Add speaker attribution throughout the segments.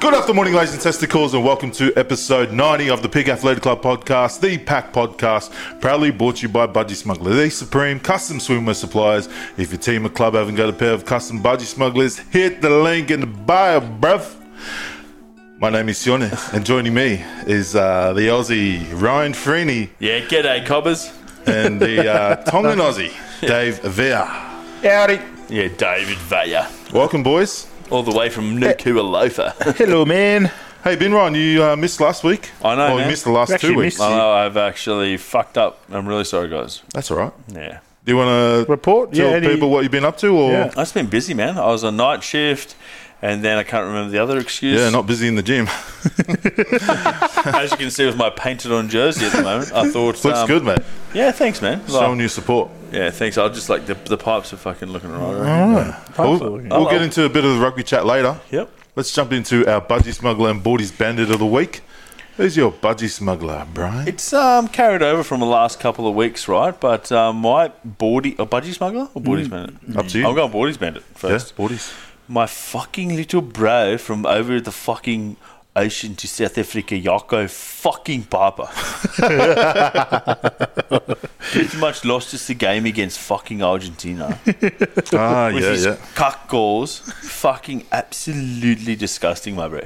Speaker 1: Good afternoon, ladies and testicles, and welcome to episode 90 of the Pig Athletic Club podcast, the Pack Podcast, proudly brought to you by Budgie Smuggler, the supreme custom swimwear suppliers. If your team or club haven't got a pair of custom Budgie Smugglers, hit the link in the bio, bruv. My name is Sione, and joining me is uh, the Aussie Ryan Freeney
Speaker 2: Yeah, g'day, cobbers.
Speaker 1: and the uh, Tongan Aussie Dave Vea.
Speaker 3: Howdy.
Speaker 2: Yeah, David Vaya,
Speaker 1: Welcome, boys.
Speaker 2: all the way from Nukua Lofa.
Speaker 3: Hello, man.
Speaker 1: Hey, Ben Ryan, you uh, missed last week.
Speaker 2: I know,
Speaker 1: Or you
Speaker 2: man.
Speaker 1: missed the last
Speaker 3: Actually
Speaker 1: two weeks.
Speaker 3: missed it.
Speaker 2: I know I've actually fucked up. I'm really sorry, guys.
Speaker 1: That's all right.
Speaker 2: Yeah.
Speaker 1: Do you want to
Speaker 3: Report?
Speaker 1: Tell
Speaker 3: Yeah, any-
Speaker 1: people what you've been up to, or
Speaker 3: Yeah.
Speaker 2: I've just been busy, man. I was on night shift. And then I can't remember the other excuse.
Speaker 1: Yeah, not busy in the gym.
Speaker 2: As you can see with my painted on jersey at the moment, I thought.
Speaker 1: Looks
Speaker 2: um,
Speaker 1: good, mate.
Speaker 2: Yeah, thanks, man. Like,
Speaker 1: Showing you support.
Speaker 2: yeah, thanks. I just like the, the pipes are fucking looking right.
Speaker 1: We'll,
Speaker 3: Absolutely.
Speaker 1: we'll get into a bit of the rugby chat later.
Speaker 2: Yep.
Speaker 1: Let's jump into our budgie smuggler and boardies bandit of the week. Who's your budgie smuggler, Brian?
Speaker 2: It's um, carried over from the last couple of weeks, right? But um, my boardie, a budgie smuggler or boardies bandit?
Speaker 1: Up to you.
Speaker 2: I'm going boardies bandit
Speaker 1: Yeah,
Speaker 2: first.
Speaker 1: boardies.
Speaker 2: My fucking little bro from over the fucking ocean to South Africa, Yako fucking Papa. Pretty much lost us the game against fucking Argentina. With
Speaker 1: Ah, yeah,
Speaker 2: his
Speaker 1: yeah.
Speaker 2: cuck goals. Fucking absolutely disgusting, my bro.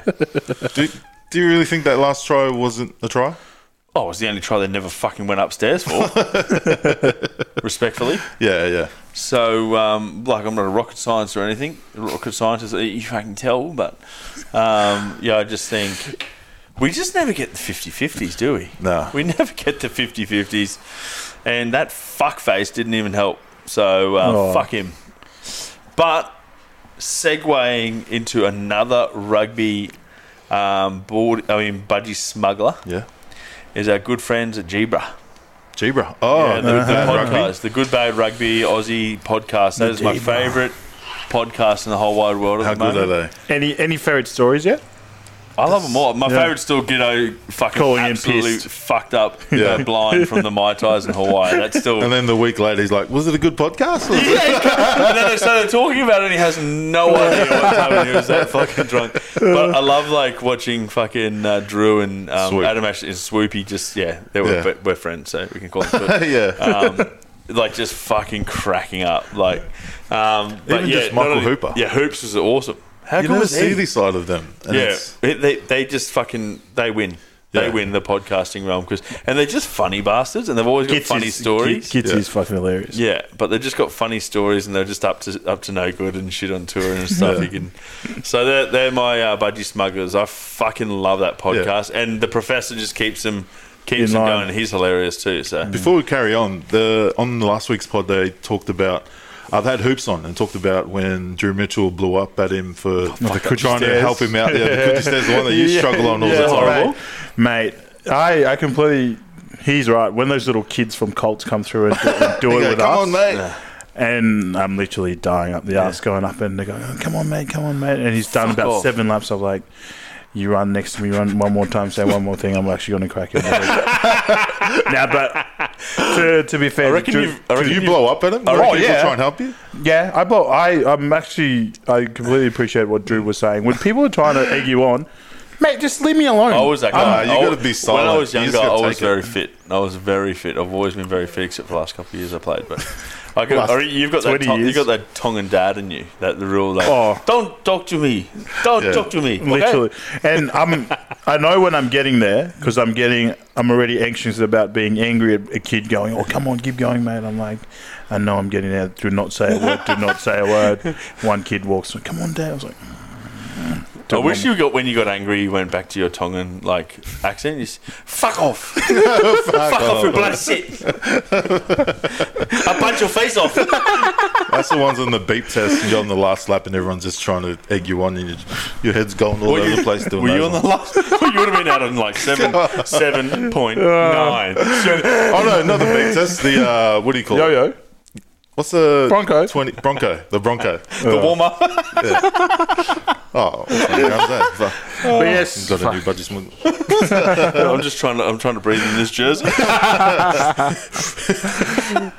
Speaker 1: Do, do you really think that last try wasn't a try?
Speaker 2: Oh, it was the only try they never fucking went upstairs for. Respectfully.
Speaker 1: Yeah, yeah.
Speaker 2: So, um, like, I'm not a rocket scientist or anything. Rocket scientist, you can tell, but um, yeah, I just think we just never get the 50 50s, do we?
Speaker 1: No.
Speaker 2: We never get the 50 50s. And that fuckface didn't even help. So, uh,
Speaker 3: Oh.
Speaker 2: fuck him. But segueing into another rugby um, board, I mean, budgie smuggler
Speaker 1: Yeah.
Speaker 2: is our good friends at Gibra.
Speaker 1: Gibra. Oh,
Speaker 2: Yeah, the,
Speaker 1: good
Speaker 2: the
Speaker 1: bad
Speaker 2: podcast,
Speaker 1: rugby.
Speaker 2: the Good Bad Rugby Aussie podcast. That is my favourite podcast in the whole wide world at
Speaker 1: How
Speaker 2: the
Speaker 1: good
Speaker 2: moment.
Speaker 1: are they?
Speaker 3: Any any favourite stories yet?
Speaker 2: I love them all. My
Speaker 3: Yeah.
Speaker 2: favourite's still Giddo fucking
Speaker 3: Calling in
Speaker 2: absolutely
Speaker 3: pissed.
Speaker 2: fucked up,
Speaker 1: Yeah.
Speaker 2: uh, blind from the Mai Tais in Hawaii. That's still.
Speaker 1: And then the week later, he's like, "Was it a good podcast?" Or-
Speaker 2: and then they started talking about it and he has no idea what time he was that fucking drunk. But I love like watching fucking uh, Drew and um,
Speaker 1: Swoop.
Speaker 2: Adam Ash and Swoopy just, yeah, they were,
Speaker 1: Yeah.
Speaker 2: we're friends, so we can call them Swoop.
Speaker 1: yeah.
Speaker 2: um, like just fucking cracking up. Like, um, but
Speaker 1: Even
Speaker 2: yeah,
Speaker 1: just
Speaker 2: not
Speaker 1: Michael Hooper.
Speaker 2: Yeah, Hoops was awesome. How
Speaker 1: you
Speaker 2: cool
Speaker 1: never
Speaker 2: was
Speaker 1: see
Speaker 2: he?
Speaker 1: this side of them. And
Speaker 2: Yeah,
Speaker 1: it's-
Speaker 2: it- they they just fucking they win. They
Speaker 1: Yeah.
Speaker 2: win the podcasting realm because, and they're just funny bastards, and they've always got funny stories.
Speaker 3: Kids
Speaker 1: Yeah.
Speaker 3: is fucking hilarious.
Speaker 2: yeah, but they've just got funny stories, and they're just up to up to no good and shit on tour and stuff. You can, so they're they're my uh, budgie smugglers. I fucking love that podcast, and the professor just keeps them keeps
Speaker 3: In
Speaker 2: them
Speaker 3: line.
Speaker 2: going. He's hilarious too. So
Speaker 1: Before we carry on, the on last week's pod they talked about. I've had hoops on and talked about when Drew Mitchell blew up at him for trying to
Speaker 3: stairs.
Speaker 1: help him out. Yeah, the cookie stairs, the one that you
Speaker 3: Yeah.
Speaker 1: struggle on all
Speaker 3: Yeah,
Speaker 1: the time.
Speaker 2: horrible.
Speaker 3: Mate, I, I completely. He's right. When those little kids from Colts come through and do, and do
Speaker 1: You
Speaker 3: it
Speaker 1: go,
Speaker 3: with
Speaker 1: Come
Speaker 3: us,
Speaker 1: on, mate.
Speaker 3: and I'm literally dying up the arse going up, and they go, oh, "Come on, mate, come on, mate," and he's done about
Speaker 2: off.
Speaker 3: seven laps. I'm like, "You run next to me, run one more time, say one more thing. I'm actually going to crack it." now, but to, to be fair,
Speaker 2: I reckon
Speaker 3: Drew-
Speaker 2: you've, I
Speaker 1: Did
Speaker 2: reckon
Speaker 1: you
Speaker 2: you've
Speaker 1: blow up at him?
Speaker 3: Oh,
Speaker 1: Like, people
Speaker 3: yeah.
Speaker 1: Try and help you.
Speaker 3: Yeah, I bought. I I'm actually I completely appreciate what Drew was saying. When people are trying to egg you on, mate, just leave me alone.
Speaker 2: I was that guy.
Speaker 1: you
Speaker 2: I-
Speaker 1: gotta be silent.
Speaker 2: When I was
Speaker 1: You just
Speaker 2: younger, I
Speaker 1: gotta
Speaker 2: was
Speaker 1: take it.
Speaker 2: very fit. I was very fit. I've always been very fit, except for the last couple of years I played. But I got,
Speaker 3: Last
Speaker 2: I re- you've got that
Speaker 3: 20
Speaker 2: tong, you've
Speaker 3: years.
Speaker 2: got that tongue and dad in you. That the real like,
Speaker 3: Oh.
Speaker 2: don't talk to me, don't
Speaker 1: Yeah.
Speaker 2: talk to me. okay?
Speaker 3: literally. And I'm I know when I'm getting there because I'm getting I'm already anxious about being angry at a kid going, "Oh, come on, keep going, mate." I'm like, I know I'm getting there. Do not say a word. Do not say a word. One kid walks, "Come on, dad." I was like,
Speaker 2: I wish you got when you got angry, you went back to your Tongan like accent. You s fuck off, fuck, off, you bloody shit. I punch your face off.
Speaker 1: That's the ones on the beep test. And you're on the last lap, and everyone's just trying to egg you on, and you, your head's going all
Speaker 2: Were
Speaker 1: over
Speaker 2: you-
Speaker 1: the place. Doing
Speaker 2: Were you on
Speaker 1: those
Speaker 2: the
Speaker 1: ones.
Speaker 2: last? you would have been out on like seven, seven point nine.
Speaker 1: Oh no, not the beep test. The uh, what do you call it?
Speaker 3: "Yo,
Speaker 1: What's the
Speaker 3: Bronco.
Speaker 1: Twenty Bronco. The Bronco.
Speaker 2: The warm up.
Speaker 1: Oh, okay, how's that? Fuck. Oh.
Speaker 3: but yes,
Speaker 1: Got a new budgie smuggle.
Speaker 2: I'm just trying to. I'm trying to breathe in this jersey.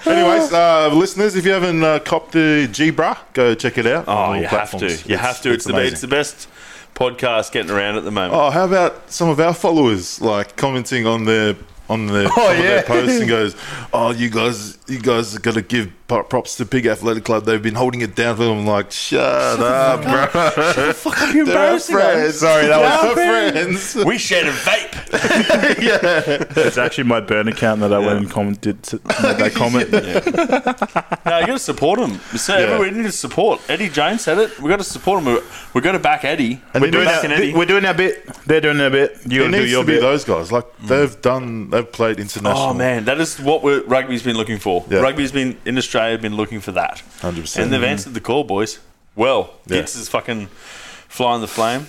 Speaker 1: Anyways, uh, listeners, if you haven't uh, copped the G Bra, go check it out.
Speaker 2: Oh,
Speaker 1: on all
Speaker 2: you have
Speaker 1: platforms.
Speaker 2: to. You have to. It's, the
Speaker 1: amazing.
Speaker 2: it's the best podcast getting around at the moment.
Speaker 1: Oh, how about some of our followers like commenting on their on their,
Speaker 3: Oh,
Speaker 1: on
Speaker 3: yeah.
Speaker 1: their posts and goes, "Oh, you guys, you guys are gonna give pro- props to Big Athletic Club. They've been holding it down for them." I'm like, shut up, bro.
Speaker 3: you
Speaker 1: They're our friends. Sorry, that was for friends.
Speaker 2: We shared a vape.
Speaker 3: It's actually my burn account that I went and commented to, made that comment.
Speaker 2: No, you got to support him. So everyone, we need to support. Eddie Jones said it. We got to support him. We're, we're going to back Eddie.
Speaker 3: We're, doing
Speaker 2: backing
Speaker 3: our, we're doing our bit. They're doing their bit. You
Speaker 1: It
Speaker 3: gotta do
Speaker 1: needs
Speaker 3: your
Speaker 1: to be
Speaker 3: bit.
Speaker 1: those guys. Like they've done, they've played international.
Speaker 2: Mm. Oh man, that is what we're, rugby's been looking for.
Speaker 1: Yeah.
Speaker 2: Rugby's been in Australia been looking for that.
Speaker 1: 100%.
Speaker 2: And they've answered the call, boys. Well,
Speaker 1: Yeah.
Speaker 2: Gibbs is fucking flying the flame.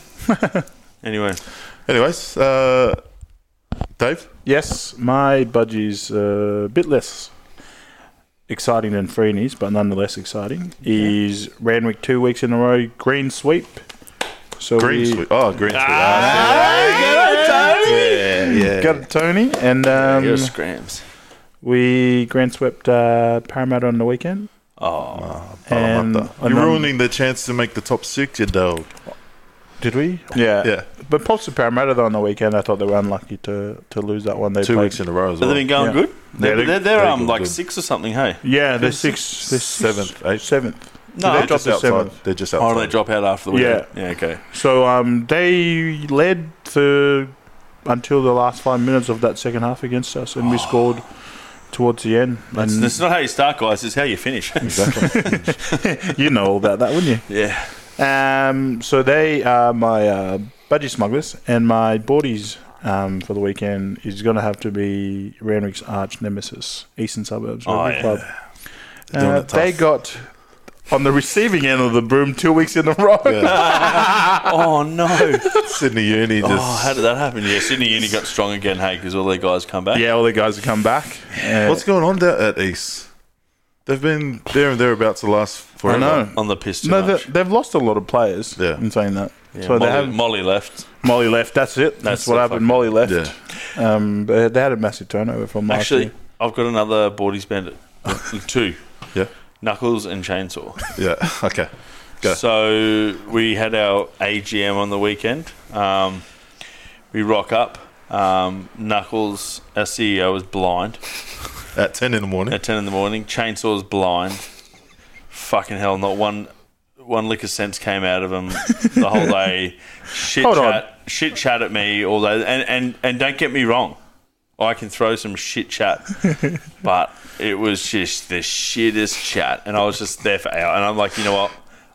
Speaker 2: anyway,
Speaker 1: Anyways, uh, Dave.
Speaker 3: Yes, my budgie's a bit less exciting than Freeney's, but nonetheless exciting. Is Randwick two weeks in a row green sweep? So
Speaker 1: Green
Speaker 3: we
Speaker 1: sweep. Oh, green Ah, sweep.
Speaker 2: Ah,
Speaker 1: yeah, yeah.
Speaker 3: got Tony, and um,
Speaker 2: your scrams.
Speaker 3: we grand swept uh, Parramatta on the weekend.
Speaker 1: Ah,
Speaker 2: Oh,
Speaker 3: And
Speaker 1: You're ruining the chance to make the top six, you dog.
Speaker 3: Did we? Yeah.
Speaker 1: Yeah,
Speaker 3: But props to Parramatta though on the weekend. I thought they were unlucky to, to lose that one. They
Speaker 1: two
Speaker 3: played-
Speaker 1: weeks in a row as
Speaker 2: so
Speaker 1: well.
Speaker 2: they've been going
Speaker 3: Yeah.
Speaker 2: good. They're,
Speaker 1: they're-
Speaker 2: they're,
Speaker 1: they're
Speaker 2: um,
Speaker 1: going
Speaker 2: like
Speaker 1: good.
Speaker 2: six or something. Hey,
Speaker 3: Yeah, they're sixth, they're
Speaker 1: Seventh, eighth.
Speaker 3: seventh.
Speaker 2: no,
Speaker 3: they
Speaker 2: I
Speaker 1: They're
Speaker 3: dropped
Speaker 1: just
Speaker 3: to
Speaker 1: outside.
Speaker 3: seventh.
Speaker 1: They're just
Speaker 2: Oh, they
Speaker 1: outside.
Speaker 2: drop out after the weekend. Yeah. okay.
Speaker 3: So um, they led for until the last five minutes of that second half against us,
Speaker 1: Oh.
Speaker 3: and we scored towards the end.
Speaker 2: It's,
Speaker 3: And
Speaker 2: it's not how you start, guys. It's how you finish.
Speaker 1: Exactly.
Speaker 3: you know all about that, wouldn't
Speaker 2: yeah.
Speaker 3: you? Um, so they are my uh, budgie smugglers, and my boardies um, for the weekend is going to have to be Randwick's arch nemesis, Eastern Suburbs
Speaker 2: Oh,
Speaker 3: Rugby
Speaker 2: yeah.
Speaker 3: Club.
Speaker 1: doing
Speaker 3: Uh,
Speaker 1: it tough.
Speaker 3: they got on the receiving end of the broom two weeks in a row.
Speaker 2: Oh no.
Speaker 1: Sydney Uni just.
Speaker 2: Oh, how did that happen? Yeah, Sydney Uni got strong again, hey, because all their guys come back.
Speaker 3: Yeah, all the guys have come back. Uh,
Speaker 1: What's going on down at East? They've been there and thereabouts the last forever.
Speaker 3: know.
Speaker 2: on the piss too
Speaker 3: no,
Speaker 2: much.
Speaker 3: they- they've lost a lot of players.
Speaker 1: Yeah.
Speaker 3: in saying that. so
Speaker 2: Molly,
Speaker 3: they have
Speaker 2: Molly left.
Speaker 3: Molly left. That's it. That's,
Speaker 2: That's
Speaker 3: what
Speaker 2: the
Speaker 3: happened.
Speaker 2: fucking-
Speaker 3: Molly left.
Speaker 1: Yeah.
Speaker 3: Um, they, they had a massive turnover from last
Speaker 2: Actually,
Speaker 3: year.
Speaker 2: I've got another boardies bandit. Two.
Speaker 1: Yeah.
Speaker 2: Knuckles and Chainsaw.
Speaker 1: Yeah. Okay. Go.
Speaker 2: So we had our AGM on the weekend. Um, we rock up. Um, Knuckles, our CEO, is blind
Speaker 1: At 10 in the morning.
Speaker 2: at 10 in the morning. Chainsaw's blind. Fucking hell, not one one lick of sense came out of him the whole day. Shit
Speaker 3: Hold on.
Speaker 2: chat, shit chat at me all day. And, and, and don't get me wrong, I can throw some shit chat, but it was just the shittest chat. And I was just there for hours. And I'm like, you know what?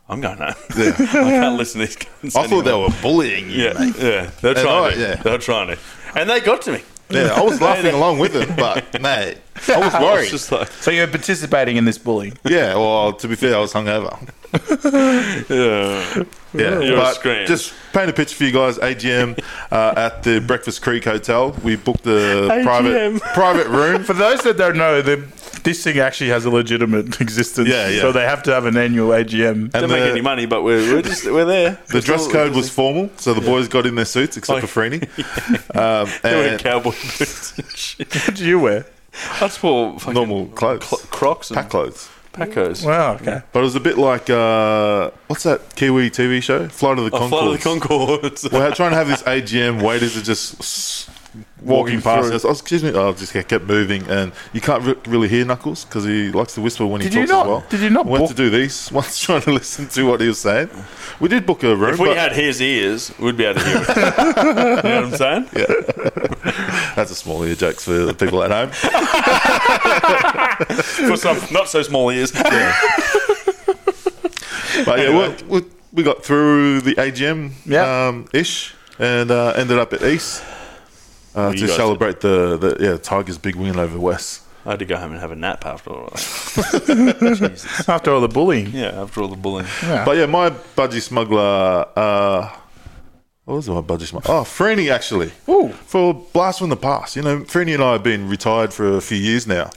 Speaker 2: I'm going home. I can't listen to these cunts
Speaker 1: I thought they
Speaker 2: anymore.
Speaker 1: were bullying you,
Speaker 2: Yeah,
Speaker 1: mate.
Speaker 2: yeah, they're
Speaker 1: And
Speaker 2: trying
Speaker 1: I-
Speaker 2: to.
Speaker 1: yeah.
Speaker 2: They're trying to. And they got to me.
Speaker 1: Yeah, I was laughing along with them, but, mate, I was
Speaker 2: I was
Speaker 1: worried.
Speaker 2: just like,
Speaker 3: So you're participating in this bullying.
Speaker 1: Yeah, well, to be fair, I was hungover.
Speaker 2: yeah.
Speaker 1: Yeah,
Speaker 2: You're
Speaker 1: but
Speaker 2: screaming.
Speaker 1: just paint a picture for you guys. AGM uh, at the Breakfast Creek Hotel. We booked the private
Speaker 2: AGM.
Speaker 1: private room.
Speaker 3: For those that don't know, the, this thing actually has a legitimate existence.
Speaker 1: Yeah, yeah.
Speaker 3: So they have to have an annual AGM.
Speaker 1: And
Speaker 2: Don't make
Speaker 1: the-
Speaker 2: any money, but we're, we're just we're there.
Speaker 1: The dress code was formal, so the boys got in their suits except
Speaker 2: Oh,
Speaker 1: for Freeney. Um,
Speaker 2: They were in
Speaker 1: and
Speaker 2: cowboy boots and shit.
Speaker 3: What do you wear?
Speaker 2: I just wore fucking
Speaker 1: normal clothes,
Speaker 2: cl- Crocs and
Speaker 1: pack clothes.
Speaker 2: Pacos.
Speaker 3: Wow. Okay.
Speaker 1: But it was a bit like uh, what's that Kiwi TV show? Flight of the
Speaker 2: I
Speaker 1: Conchords.
Speaker 2: fly to Oh, the Concords.
Speaker 1: We're trying to have this AGM. Waiters are just s- walking,
Speaker 3: Walking
Speaker 1: past
Speaker 3: through.
Speaker 1: us. Oh, excuse me. Oh, just kept moving, and you can't re- really hear Knuckles because he likes to whisper when
Speaker 3: Did
Speaker 1: he
Speaker 3: you
Speaker 1: talks
Speaker 3: not?
Speaker 1: as well.
Speaker 3: Did you not
Speaker 1: We had
Speaker 3: book?
Speaker 1: to do these. Once trying to listen to what he was saying. We did book a room.
Speaker 2: if we
Speaker 1: but
Speaker 2: had his ears, we'd be able to hear it. you know what I'm saying?
Speaker 1: that's a small ear jokes for the people at home.
Speaker 2: For some not so small ears.
Speaker 1: But yeah, we, we, we got through the AGM
Speaker 3: Yeah.
Speaker 1: um, ish and uh, ended up at East uh,
Speaker 2: you
Speaker 1: to
Speaker 2: guys
Speaker 1: celebrate the, the yeah Tigers' big win over West.
Speaker 2: I had to go home and have a nap after all. Jesus.
Speaker 3: After all the bullying.
Speaker 2: Yeah, after all the bullying.
Speaker 1: But yeah, my budgie smuggler. Uh, what was my budgie smuggler? Oh, Freeney actually.
Speaker 3: Ooh.
Speaker 1: For Blast from the Past. You know, Freeney and I have been retired for a few years now.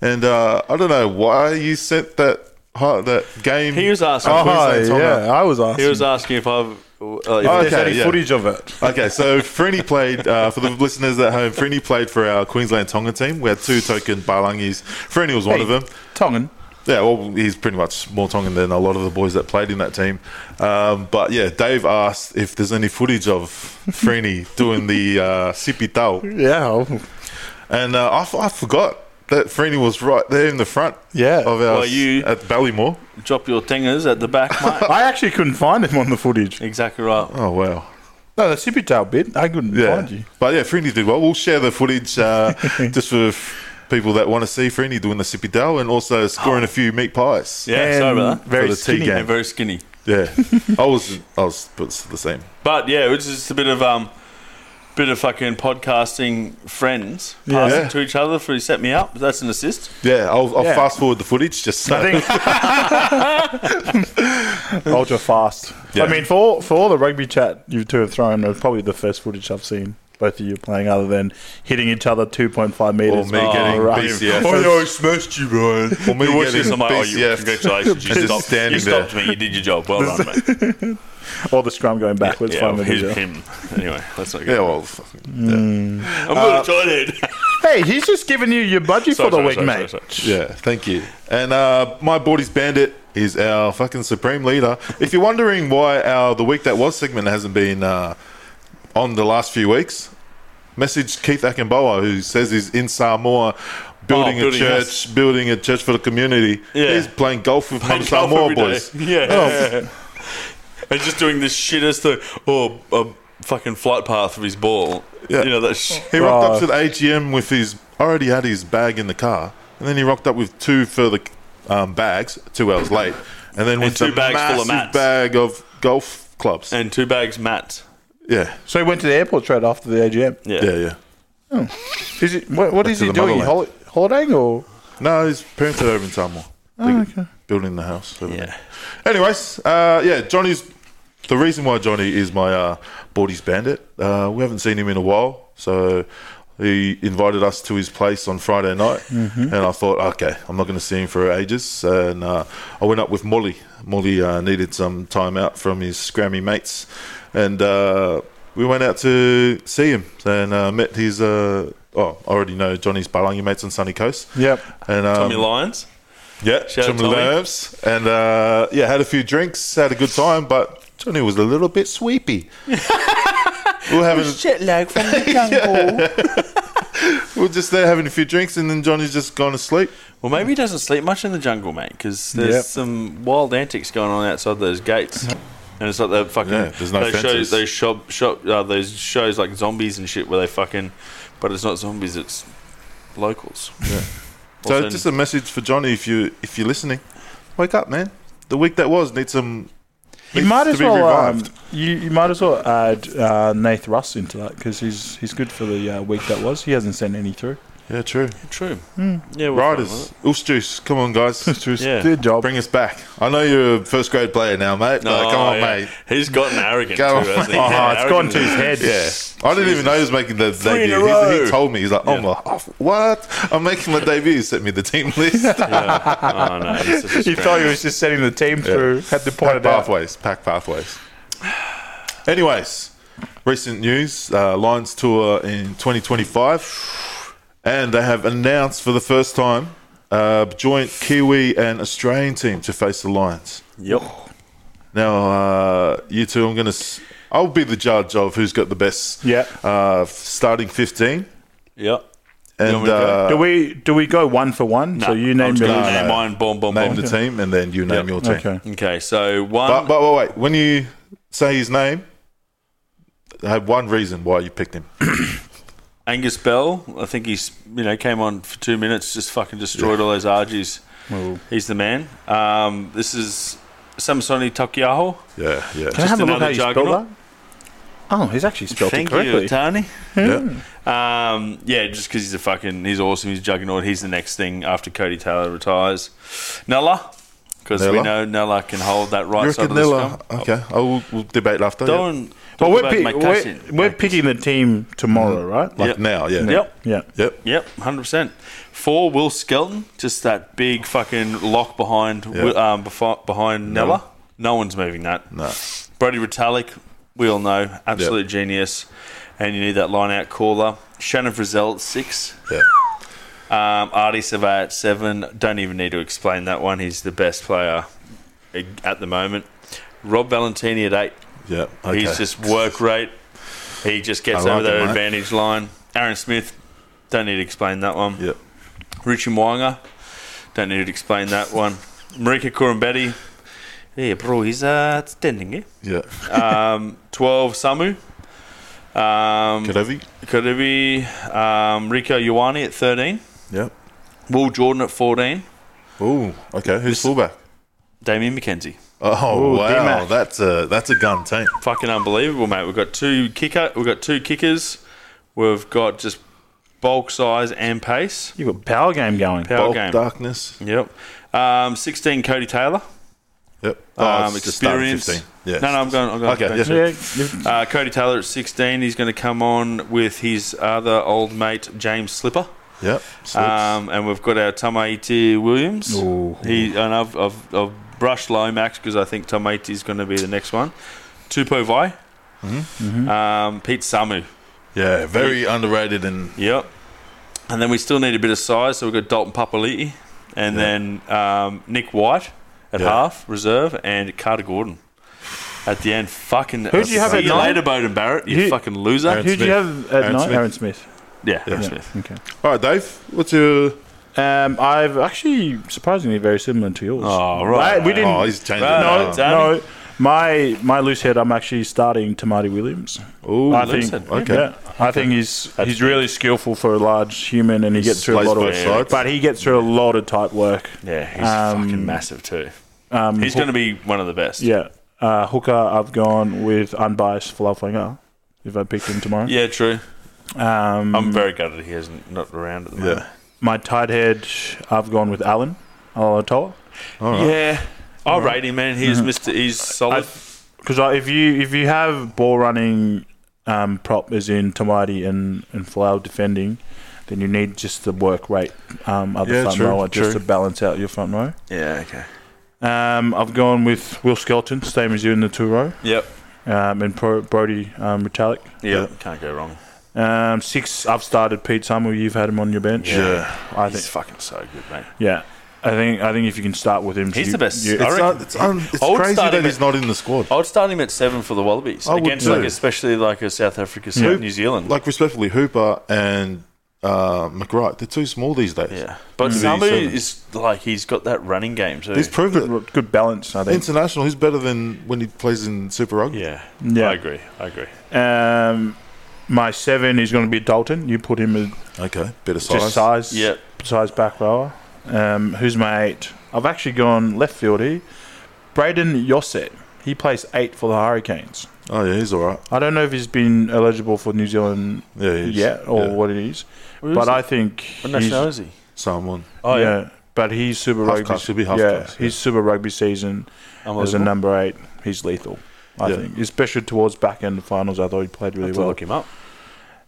Speaker 1: And uh, I don't know why you sent that hi- that game.
Speaker 2: He was asking-
Speaker 1: on
Speaker 3: Oh,
Speaker 1: Queensland time out.
Speaker 3: yeah. I was asking.
Speaker 2: He was asking if I've like,
Speaker 1: Oh,
Speaker 3: There's
Speaker 1: Okay,
Speaker 3: any
Speaker 1: yeah.
Speaker 3: footage of it.
Speaker 1: Okay, so Frini played uh, for the listeners at home. Frini played for our Queensland Tonga team. We had two token Balangis. Frini was one of them.
Speaker 3: Tongan.
Speaker 1: Yeah, well, he's pretty much more Tongan than a lot of the boys that played in that team. Um, but yeah, Dave asked if there's any footage of Frini doing the uh, sipi tau,
Speaker 3: Yeah. I'll-
Speaker 1: and uh, I, f- I forgot that Frini was right there in the front.
Speaker 3: Yeah.
Speaker 1: of our
Speaker 2: Well, you-
Speaker 1: at Ballymore.
Speaker 2: drop your tingers at the back, mate.
Speaker 3: I actually couldn't find him on the footage.
Speaker 2: exactly right.
Speaker 1: Oh wow.
Speaker 3: No, the sippy tail bit. I couldn't
Speaker 1: Yeah,
Speaker 3: find you.
Speaker 1: but yeah, Frini did well. We'll share the footage uh, just for f- people that want to see Frini doing the sippy dough and also scoring a few meat pies.
Speaker 2: Yeah,
Speaker 3: And
Speaker 2: sorry about that.
Speaker 3: Very
Speaker 1: For the tea
Speaker 3: skinny.
Speaker 1: game.
Speaker 2: And very skinny.
Speaker 1: yeah. I was, I was, but it's the same.
Speaker 2: But yeah, it was just a bit of um, bit of fucking podcasting friends
Speaker 3: Yeah.
Speaker 2: passing
Speaker 1: Yeah.
Speaker 2: to each other for he set me up. That's an assist.
Speaker 1: Yeah, I'll, I'll
Speaker 3: Yeah.
Speaker 1: fast forward the footage just so.
Speaker 3: I think ultra fast.
Speaker 1: Yeah.
Speaker 3: I mean, for all, for all the rugby chat you two have thrown, it was probably the first footage I've seen both of you playing, other than hitting each other two point five meters.
Speaker 1: Or me
Speaker 3: Oh,
Speaker 1: getting
Speaker 3: right.
Speaker 1: BCF.
Speaker 3: Oh,
Speaker 1: no,
Speaker 3: no,
Speaker 1: I smashed you, Ryan. Or me
Speaker 2: You
Speaker 1: getting
Speaker 2: watched this, I'm like, oh, you,
Speaker 1: BCF.
Speaker 2: congratulations, you
Speaker 1: Just
Speaker 2: stopped, you
Speaker 1: standing
Speaker 2: stopped me, you did your job. Well done, mate.
Speaker 3: Or the scrum going backwards
Speaker 2: yeah,
Speaker 3: five
Speaker 2: well, here's
Speaker 3: meters. out.
Speaker 2: him. Anyway, that's not
Speaker 1: yeah,
Speaker 2: good.
Speaker 1: well, uh, fucking, yeah.
Speaker 2: I'm going to try it.
Speaker 3: Hey, he's just giving you your budgie
Speaker 2: Sorry,
Speaker 3: for the
Speaker 2: sorry,
Speaker 3: week,
Speaker 2: sorry,
Speaker 3: mate.
Speaker 2: sorry,
Speaker 1: Yeah, thank you. And uh, my boardies bandit is our fucking supreme leader. If you're wondering why our the week that was segment hasn't been uh, on the last few weeks, message Keith Akinboa who says he's in Samoa. Building,
Speaker 2: Oh, building
Speaker 1: a church,
Speaker 2: house.
Speaker 1: building a church for the community.
Speaker 2: Yeah.
Speaker 1: He's playing golf with
Speaker 2: Playing
Speaker 1: Mum
Speaker 2: golf
Speaker 1: Samoa
Speaker 2: every day.
Speaker 1: boys.
Speaker 2: Yeah.
Speaker 3: Oh.
Speaker 2: And just doing the shittest thing. Oh, a fucking flight path of his ball.
Speaker 1: Yeah.
Speaker 2: You know, that sh-
Speaker 1: He rocked up
Speaker 3: Right.
Speaker 1: to the AGM with his already had his bag in the car, and then he rocked up with two further um, bags two hours late, and then with
Speaker 2: two
Speaker 1: a
Speaker 2: bags full of
Speaker 1: massive
Speaker 2: mats.
Speaker 1: bag of golf clubs.
Speaker 2: And two bags mat.
Speaker 1: yeah,
Speaker 3: So he went to the airport straight after the AGM.
Speaker 2: Yeah.
Speaker 1: yeah, yeah.
Speaker 3: Is he, what, what is
Speaker 1: to
Speaker 3: he
Speaker 1: the
Speaker 3: doing? Hol-
Speaker 1: motherland.
Speaker 3: holidaying or?
Speaker 1: No, his parents are over in Samoa. Oh, okay. Building the house. over
Speaker 2: Yeah.
Speaker 1: there. Anyways, uh, yeah, Johnny's the reason why Johnny is my uh, Bordy's bandit. Uh, we haven't seen him in a while, so he invited us to his place on Friday night, and I thought, okay, I'm not going to see him for ages, and uh, I went up with Molly. Molly uh, needed some time out from his scrammy mates, and uh, we went out to see him and uh, met his. Uh, oh, I already know Johnny's Balangi mates on Sunny Coast.
Speaker 3: Yep.
Speaker 1: And um,
Speaker 2: Tommy Lyons.
Speaker 1: yeah,
Speaker 2: Shout
Speaker 1: some
Speaker 2: out Tommy.
Speaker 1: nerves, and uh, yeah, had a few drinks, had a good time, but Johnny was a little bit sweepy. we were having,
Speaker 4: Shit lag from the jungle.
Speaker 1: we were just there having a few drinks, and then Johnny's just gone to sleep.
Speaker 2: Well, maybe he doesn't sleep much in the jungle, mate, because there's
Speaker 3: Yep.
Speaker 2: some wild antics going on outside those gates. And it's like that fucking.
Speaker 1: Yeah, there's no
Speaker 2: those
Speaker 1: fences.
Speaker 2: shows, those shop, shop, uh, those shows like zombies and shit where they fucking. But it's not zombies, it's locals. Yeah.
Speaker 1: So just a message for Johnny, if you if you're listening, wake up, man. The week that was needs some.
Speaker 3: You
Speaker 1: needs
Speaker 3: might
Speaker 1: to
Speaker 3: as
Speaker 1: be
Speaker 3: well. Um,
Speaker 1: revived.
Speaker 3: you, you might as well add uh, Nath Russ into that because he's he's good for the uh, week that was. He hasn't sent any through.
Speaker 1: yeah, true.
Speaker 2: True. Yeah, we're fine with
Speaker 1: Hmm. Riders, Ulst Juice, come on, guys.
Speaker 2: Yeah.
Speaker 3: Good job.
Speaker 1: Bring us back. I know you're a first grade player now, mate.
Speaker 2: No,
Speaker 1: but come on,
Speaker 2: Oh, yeah.
Speaker 1: mate.
Speaker 2: He's gotten arrogant
Speaker 1: Go
Speaker 2: too,
Speaker 1: on.
Speaker 2: hasn't he?
Speaker 1: Oh,
Speaker 2: He's
Speaker 3: it's gone to his
Speaker 2: arrogant.
Speaker 3: head.
Speaker 1: Yeah. I didn't even know he was making the
Speaker 2: in
Speaker 1: debut.
Speaker 2: a
Speaker 1: He,
Speaker 2: row.
Speaker 1: he told me, he's like, oh, my, oh, what? I'm making my debut. He sent me the team list.
Speaker 2: Oh, no. he's such a
Speaker 3: He
Speaker 2: scrambler.
Speaker 3: thought he was just setting the team through. Had to point
Speaker 1: pack
Speaker 3: it out.
Speaker 1: pathways. Pack pathways. Anyways, recent news uh, Lions tour in 2025. And they have announced for the first time uh, joint Kiwi and Australian team to face the Lions.
Speaker 2: Yep.
Speaker 1: Now, uh, you two, I'm going to. I'll be the judge of who's got the best
Speaker 3: Yeah.
Speaker 1: uh, starting 15.
Speaker 2: Yep. want
Speaker 1: And
Speaker 2: me to go?
Speaker 1: uh,
Speaker 3: Do we do we go one for one? so you
Speaker 2: I'm
Speaker 3: name
Speaker 2: just
Speaker 3: your
Speaker 2: gonna
Speaker 1: No,
Speaker 2: name
Speaker 1: no.
Speaker 2: mine. Boom, boom,
Speaker 1: name
Speaker 2: boom.
Speaker 1: the team and then you name your team.
Speaker 3: Okay.
Speaker 2: Okay, Um, so one.
Speaker 1: But, but wait, wait, when you say his name, I have one reason why you picked him.
Speaker 2: Angus Bell, I think he's you know came on for two minutes, just fucking destroyed all those argies. He's the man. Um, this is Samsoni Takiaho.
Speaker 1: Yeah, yeah.
Speaker 3: Can I have a look
Speaker 2: another
Speaker 3: how you spelled
Speaker 2: juggernaut.
Speaker 3: that? Oh, he's actually spelled
Speaker 2: Thank
Speaker 3: it correctly.
Speaker 2: you, Tani.
Speaker 1: yeah.
Speaker 2: Um, yeah, just because he's a fucking, he's awesome. He's a juggernaut. He's the next thing after Cody Taylor retires. Nella, because we
Speaker 1: Nella?
Speaker 2: know Nella can hold that right
Speaker 1: You
Speaker 2: side
Speaker 1: reckon
Speaker 2: of the
Speaker 1: they'll,
Speaker 2: scrum.
Speaker 1: uh, Okay, I will we'll debate after. yeah.
Speaker 2: oh. Don't.
Speaker 3: well,
Speaker 2: talk
Speaker 3: we're,
Speaker 2: about
Speaker 3: pick-
Speaker 2: my
Speaker 3: we're,
Speaker 2: cousin.
Speaker 3: we're picking the team tomorrow, right?
Speaker 1: Like
Speaker 2: Yep.
Speaker 1: now, yeah.
Speaker 2: Yep.
Speaker 3: Mm-hmm. yeah.
Speaker 1: Yep.
Speaker 2: Yep, hundred percent. Four Will Skelton, just that big fucking lock behind Wi- um, befo- behind Nella. No one's moving that.
Speaker 1: No.
Speaker 2: Brody Retallick, we all know, absolute genius, and you need that line out caller. Shannon Frizzell at six.
Speaker 1: Yeah.
Speaker 2: Um, Artie Survey at seven. Don't even need to explain that one. He's the best player i- at the moment. Rob Valentini at eight.
Speaker 1: Yeah. Okay.
Speaker 2: He's just work rate. He just gets
Speaker 1: I like
Speaker 2: over that
Speaker 1: it, mate.
Speaker 2: advantage line. Aaron Smith, don't need to explain that one.
Speaker 1: Yeah.
Speaker 2: Richie Mwanga, don't need to explain that one. Marika Kurumbetti, yeah, bro, he's uh, standing, yeah.
Speaker 1: Yeah.
Speaker 2: Um, 12 Samu. Um,
Speaker 1: Kadevi.
Speaker 2: could it be um, Rico Ioane at 13?
Speaker 1: Yeah.
Speaker 2: Will Jordan at 14?
Speaker 1: Oh. Okay. Who's fullback?
Speaker 2: Damien McKenzie.
Speaker 1: Oh
Speaker 3: Ooh,
Speaker 1: wow,
Speaker 3: D-Mac.
Speaker 1: that's a that's a gun team.
Speaker 2: Fucking unbelievable, mate. We've got two kicker. We've got two kickers. We've got just bulk size and pace.
Speaker 3: You've got power game going.
Speaker 2: Power
Speaker 1: Bulk
Speaker 2: game.
Speaker 1: darkness.
Speaker 2: Yep. Um, 16 Cody Taylor.
Speaker 1: Yep. Oh,
Speaker 2: Um,
Speaker 1: it's just starting
Speaker 2: experience.
Speaker 1: 15. Yeah.
Speaker 2: No, no, I'm going. I'm going
Speaker 1: Okay,
Speaker 2: back
Speaker 1: yeah.
Speaker 2: to-
Speaker 3: Yeah, you've-
Speaker 2: Uh, Cody Taylor at 16. He's going to come on with his other old mate, James Slipper.
Speaker 1: Yep. Slips.
Speaker 2: Um, and we've got our Tamaiti Williams. He and I've, I've, I've brushed Lomax because I think Tamaiti is going to be the next one. Tupo Vai.
Speaker 3: Mm-hmm.
Speaker 2: Um, Pete Samu.
Speaker 1: yeah. Very underrated and
Speaker 2: Yep. And then we still need a bit of size, so we've got Dalton Papali'i, and then um, Nick White at
Speaker 1: Yeah.
Speaker 2: half reserve, and Carter Gordon at the end. Fucking
Speaker 3: Who do you have
Speaker 2: see
Speaker 3: at
Speaker 2: you
Speaker 3: nine?
Speaker 2: later, Bowden Barrett. You
Speaker 3: Who-
Speaker 2: fucking loser.
Speaker 1: Aaron
Speaker 3: Who do you
Speaker 1: Smith.
Speaker 3: have at
Speaker 1: Aaron
Speaker 3: night?
Speaker 1: Smith.
Speaker 3: Aaron Smith.
Speaker 2: yeah, Aaron Smith.
Speaker 3: Okay.
Speaker 1: All right, Dave. What's your?
Speaker 3: Um, I've actually surprisingly very similar to yours.
Speaker 2: Oh, right.
Speaker 3: I- we didn't.
Speaker 1: Oh, he's changing.
Speaker 2: Right.
Speaker 1: No,
Speaker 3: no,
Speaker 2: Danny.
Speaker 3: no. My my loose head. I'm actually starting Tamati Williams.
Speaker 1: Ooh,
Speaker 3: I
Speaker 2: loose
Speaker 3: think.
Speaker 2: head.
Speaker 1: Okay.
Speaker 3: yeah, I think he's he's really skillful for a large human, and he gets through a
Speaker 1: Plays
Speaker 3: lot
Speaker 1: both
Speaker 3: of.
Speaker 1: sides.
Speaker 3: But he gets through a lot of tight work.
Speaker 2: Yeah, he's
Speaker 3: Um,
Speaker 2: fucking massive too.
Speaker 3: Um,
Speaker 2: He's going to be one of the best.
Speaker 3: Yeah. Uh, hooker, I've gone with unbiased Falafanga if I picked him tomorrow.
Speaker 2: Yeah, true.
Speaker 3: Um,
Speaker 2: I'm very gutted he hasn't not around at the moment.
Speaker 1: yeah.
Speaker 3: my tight head, I've gone with Alan Alatoa.
Speaker 2: Yeah, Mm-hmm. I rate him, man. He's Mister. He's solid.
Speaker 3: Because if you if you have ball running um, prop as in Tamati and, and Flower defending, then you need just the work rate um, other
Speaker 1: Yeah,
Speaker 3: front
Speaker 1: true,
Speaker 3: rower just
Speaker 1: true.
Speaker 3: to balance out your front row.
Speaker 2: yeah. Okay.
Speaker 3: Um, I've gone with Will Skelton, same as you in the two row,
Speaker 2: Yep.
Speaker 3: um, and Pro- Brody um, Retallick.
Speaker 2: Yep. Can't go wrong.
Speaker 3: Um, six, I've started Pete Summer. You've had him on your bench.
Speaker 1: Yeah.
Speaker 3: I
Speaker 2: He's
Speaker 3: think.
Speaker 2: fucking so good, mate.
Speaker 3: Yeah, I think I think if you can start with him,
Speaker 2: He's
Speaker 3: you-
Speaker 2: the best. I
Speaker 3: you-
Speaker 1: It's,
Speaker 2: reckon-
Speaker 1: un, it's, un, it's
Speaker 2: I would
Speaker 1: crazy
Speaker 2: start
Speaker 1: that
Speaker 2: him
Speaker 1: he's
Speaker 2: at-
Speaker 1: not in the squad.
Speaker 2: I'd start him at seven for the Wallabies
Speaker 1: I would
Speaker 2: against,
Speaker 1: too.
Speaker 2: like, especially like a South Africa, South New Zealand.
Speaker 1: Like respectfully, Hooper and uh, McWright, they're too small these days.
Speaker 2: yeah, but
Speaker 1: Mm.
Speaker 2: Samu
Speaker 1: Seven.
Speaker 2: is like he's got that running game too.
Speaker 1: He's proved it.
Speaker 3: good balance. I think.
Speaker 1: International, he's better than when he plays in Super Rugby.
Speaker 2: yeah,
Speaker 3: Yeah.
Speaker 2: I agree. I agree.
Speaker 3: Um, my seven is going to be Dalton. You put him as
Speaker 1: Okay, better size.
Speaker 3: just size,
Speaker 2: Yep.
Speaker 3: size back rower. Um, who's my eight? I've actually gone left field here. Braden Yosset. He plays eight for the Hurricanes.
Speaker 1: Oh yeah, he's all right.
Speaker 3: I don't know if he's been eligible for New Zealand
Speaker 1: Yeah, he's,
Speaker 3: yet or
Speaker 1: yeah.
Speaker 3: what it is, but I think
Speaker 2: what
Speaker 3: he's-
Speaker 2: nationality?
Speaker 1: Someone.
Speaker 2: Oh yeah,
Speaker 3: But he's Super
Speaker 1: Half
Speaker 3: Rugby.
Speaker 1: class, should be half
Speaker 3: yeah,
Speaker 1: class, yeah.
Speaker 3: he's Super Rugby season as a
Speaker 2: Unbelievable.
Speaker 3: number eight. He's lethal, I
Speaker 1: Yeah.
Speaker 3: think, especially towards back end finals. I thought he played really
Speaker 2: Have to
Speaker 3: well.
Speaker 2: look him up.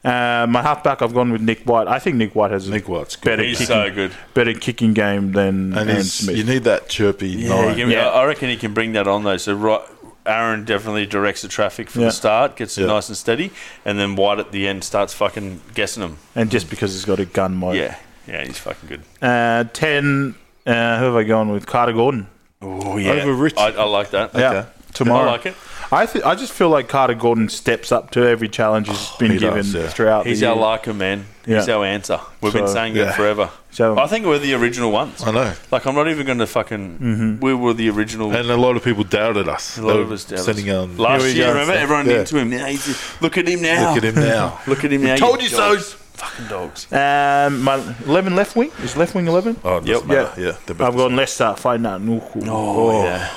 Speaker 3: Uh, my halfback, I've gone with Nick White. I think Nick White has a
Speaker 1: Nick White's good.
Speaker 3: better
Speaker 2: He's
Speaker 3: kicking,
Speaker 2: so good.
Speaker 3: better kicking game than
Speaker 1: and
Speaker 3: Aaron
Speaker 1: he's,
Speaker 3: Smith.
Speaker 1: you need that chirpy
Speaker 2: Yeah,
Speaker 1: nine.
Speaker 2: he can-
Speaker 3: Yeah.
Speaker 2: I I reckon he can bring that on though. So right, Aaron definitely directs the traffic from
Speaker 3: Yeah.
Speaker 2: the start, gets it
Speaker 1: Yeah.
Speaker 2: nice and steady, and then White at the end starts fucking guessing him.
Speaker 3: and just because he's got a gun mode.
Speaker 2: Yeah, yeah, he's fucking good.
Speaker 3: Uh, Ten. Uh, who have I gone with? Carter Gordon.
Speaker 2: Oh yeah,
Speaker 1: Over Richie.
Speaker 2: I, I like that. I
Speaker 3: Yeah. Tomorrow,
Speaker 2: like it.
Speaker 3: I, th- I just feel like Carter Gordon steps up to every challenge he's been
Speaker 1: Oh, he
Speaker 3: given
Speaker 1: does, yeah.
Speaker 3: throughout
Speaker 2: He's
Speaker 3: the
Speaker 2: our
Speaker 3: year.
Speaker 2: Larkin, man. He's
Speaker 3: Yeah.
Speaker 2: our answer. We've been
Speaker 3: So-
Speaker 2: saying
Speaker 1: Yeah.
Speaker 2: that forever.
Speaker 3: So- um,
Speaker 2: I think we're the original ones.
Speaker 1: I know.
Speaker 2: Like, I'm not even going to fucking.
Speaker 3: Mm-hmm.
Speaker 2: We were the original.
Speaker 1: And a lot of people doubted us.
Speaker 2: a lot
Speaker 1: They
Speaker 2: of
Speaker 1: were
Speaker 2: us doubted.
Speaker 1: Sending on
Speaker 2: Last year, remember? Everyone
Speaker 1: Yeah.
Speaker 2: into him. Now he's look at him now.
Speaker 1: Look at him now.
Speaker 2: Look at him now.
Speaker 1: told you so.
Speaker 2: dogs. Fucking dogs.
Speaker 3: Um, my eleven left wing is left wing eleven.
Speaker 1: Oh, it doesn't
Speaker 3: Yep.
Speaker 1: matter. Yeah, they're better.
Speaker 3: I've gone Leicester Fainat Nuku
Speaker 2: Oh, yeah.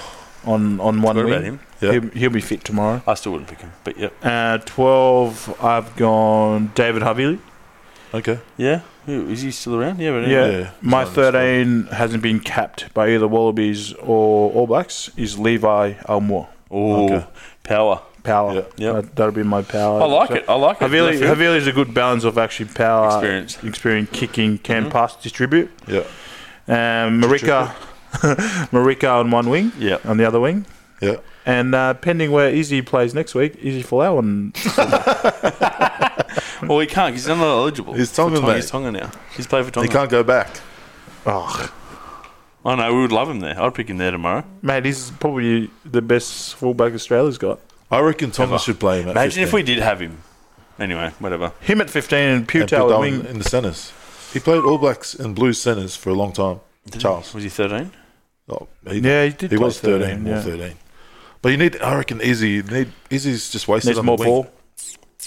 Speaker 3: on on one
Speaker 2: Forgot
Speaker 3: wing.
Speaker 2: about him.
Speaker 1: Yeah.
Speaker 3: He'll, he'll be fit tomorrow.
Speaker 2: I still wouldn't pick him, but yep.
Speaker 3: Uh, Twelve. I've gone David Havili.
Speaker 1: Okay.
Speaker 2: Yeah. Who- Is he still around? Yeah, but
Speaker 3: Yeah.
Speaker 1: Yeah.
Speaker 3: My
Speaker 1: He's not
Speaker 3: thirteen hasn't been capped by either Wallabies or All Blacks. Is Levi Almore
Speaker 2: Oh,
Speaker 1: Okay.
Speaker 2: power.
Speaker 3: power?
Speaker 1: Yeah.
Speaker 2: Yeah.
Speaker 3: That, that'll be my power.
Speaker 2: I like it. I like it.
Speaker 3: Havili
Speaker 2: Left field.
Speaker 3: Havili is a good balance of actually power,
Speaker 2: Experience.
Speaker 3: experience kicking, can
Speaker 1: Mm-hmm.
Speaker 3: pass, distribute.
Speaker 1: Yeah.
Speaker 3: Um, Marika, Marika on one wing,
Speaker 2: Yeah.
Speaker 3: on the other wing.
Speaker 1: Yeah.
Speaker 3: Uh, And uh, pending where Izzy plays next week, Izzy Folau and
Speaker 2: Well, he can't. 'cause He's not eligible.
Speaker 1: He's
Speaker 2: For
Speaker 1: Tongan, mate.
Speaker 2: He's Tonga now. He's played for
Speaker 1: He
Speaker 2: Tonga.
Speaker 1: can't go back.
Speaker 3: oh,
Speaker 2: I know. We would love him there. I'd pick him there tomorrow.
Speaker 3: mate, he's probably the best fullback Australia's got.
Speaker 1: I reckon Tonga should play him. At 15.
Speaker 2: Imagine if we did have hhim. Anyway, whatever.
Speaker 3: Him at fifteen and
Speaker 1: and put
Speaker 3: Putel at
Speaker 1: Darwin
Speaker 3: wing.
Speaker 1: in the centres. He played All Blacks and Blues centres for a long time. Charles.
Speaker 2: Was he 13?
Speaker 1: Oh, he,
Speaker 3: Yeah, he did.
Speaker 1: he
Speaker 3: play
Speaker 1: was 13
Speaker 3: yeah.
Speaker 1: or 13. But you need, I reckon, Izzy. You need, Izzy's just wasted
Speaker 3: Needs
Speaker 1: on
Speaker 3: more
Speaker 1: the wing.
Speaker 3: ball.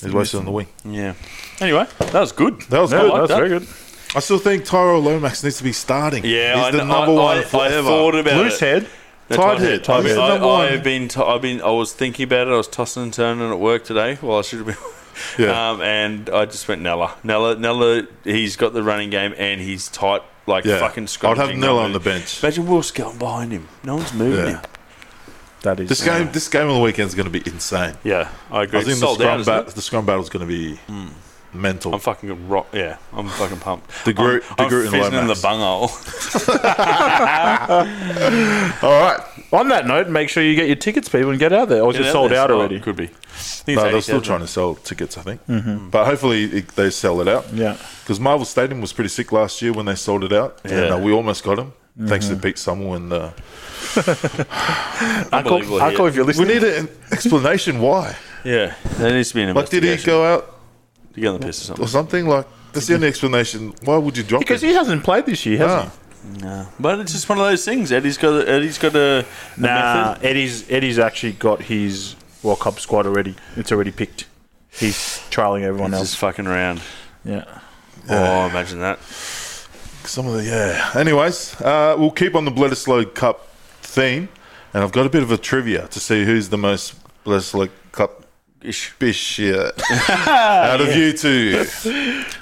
Speaker 1: He's wasted on the wing.
Speaker 2: Yeah. Anyway, that was good.
Speaker 1: That was
Speaker 3: No,
Speaker 1: good.
Speaker 2: like
Speaker 3: that's
Speaker 2: that.
Speaker 3: very good.
Speaker 1: I still think Tyro Lomax needs to be starting.
Speaker 2: Yeah,
Speaker 1: he's
Speaker 2: I,
Speaker 1: the
Speaker 2: kn-
Speaker 1: number
Speaker 2: I,
Speaker 1: one
Speaker 2: I, I
Speaker 1: forever.
Speaker 2: thought about
Speaker 3: Loose
Speaker 2: it.
Speaker 3: head.
Speaker 2: No,
Speaker 1: Tied
Speaker 2: tied
Speaker 1: it.
Speaker 2: it. Tied
Speaker 1: He's
Speaker 2: it.
Speaker 1: the
Speaker 2: I,
Speaker 1: number one.
Speaker 2: I have been. T- I've been. I was thinking about it. I was tossing and turning at work today. Well, I should have been.
Speaker 1: Yeah.
Speaker 2: Um, and I just went Nella. Nella. Nella. He's got the running game, and he's tight. Like
Speaker 1: Yeah.
Speaker 2: fucking.
Speaker 1: I'd have
Speaker 2: scrummaging
Speaker 1: Nella on the
Speaker 2: numbers.
Speaker 1: bench.
Speaker 2: Imagine Will going behind him. No one's moving
Speaker 1: Yeah.
Speaker 2: him.
Speaker 3: That is.
Speaker 1: This game, this game on the weekend is going to be insane.
Speaker 2: Yeah, I agree.
Speaker 1: I think
Speaker 2: It's
Speaker 1: the
Speaker 2: sold out,
Speaker 1: scrum,
Speaker 2: isn't
Speaker 1: ba-
Speaker 2: it?
Speaker 1: the scrum battle is going to be mental.
Speaker 2: I'm fucking gonna rock. Yeah, I'm fucking pumped.
Speaker 1: The Groot-
Speaker 2: I'm,
Speaker 1: the
Speaker 2: I'm
Speaker 1: Groot and
Speaker 2: fizzing in the
Speaker 1: Lomax.
Speaker 2: bunghole.
Speaker 1: All right,
Speaker 3: On that note, make sure you get your tickets, people, and get out there. Or is it sold out
Speaker 2: Oh,
Speaker 3: already?
Speaker 2: Could be. I think
Speaker 1: no,
Speaker 2: it's
Speaker 1: they're still
Speaker 2: 80,000.
Speaker 1: trying to sell tickets, I think. But hopefully it, they sell it out.
Speaker 3: Yeah.
Speaker 1: Because Marvel Stadium was pretty sick last year when they sold it out. And,
Speaker 2: Yeah.
Speaker 1: uh, we almost got him, thanks to Pete Summel. And uh,
Speaker 2: Unbelievable.
Speaker 3: Uncle, Uncle,
Speaker 2: yeah.
Speaker 3: if you're
Speaker 1: we
Speaker 3: listening,
Speaker 1: need an explanation why.
Speaker 2: yeah, there needs to be an
Speaker 1: Like, did
Speaker 2: investigation.
Speaker 1: he go out
Speaker 2: Did he go on the piss or something?
Speaker 1: or something? Like, that's the only explanation. Why would you drop
Speaker 3: because
Speaker 1: him?
Speaker 3: he hasn't played this year, has he?
Speaker 1: Ah,
Speaker 2: No. But it's just one of those things. Eddie's got. A, Eddie's got a, a
Speaker 3: Nah,
Speaker 2: method.
Speaker 3: Eddie's Eddie's actually got his World Cup squad already. It's already picked. He's trialing everyone
Speaker 2: It's
Speaker 3: else.
Speaker 2: just fucking round.
Speaker 3: Yeah.
Speaker 2: Oh, imagine that.
Speaker 1: some of the yeah. Anyways, uh, we'll keep on the Bledisloe Cup theme, and I've got a bit of a trivia to see who's the most Bledisloe Cup
Speaker 2: Ish.
Speaker 1: bish yeah, out of you two.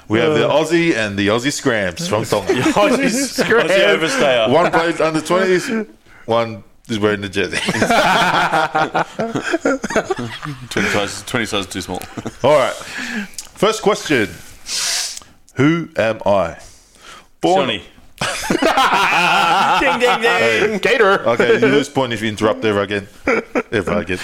Speaker 1: We have the Aussie and the Aussie Scrams from Tonga.
Speaker 2: Uh. Aussie
Speaker 3: Scram.
Speaker 2: Aussie overstayer.
Speaker 1: One plays under twenties, one is wearing the jersey.
Speaker 2: Twenty sizes. Twenty sizes too small.
Speaker 1: All right. First question: Who am I? Born.
Speaker 2: Johnny. ding ding ding.
Speaker 3: Gator.
Speaker 1: Okay, you lose point if you interrupt ever again. Ever again.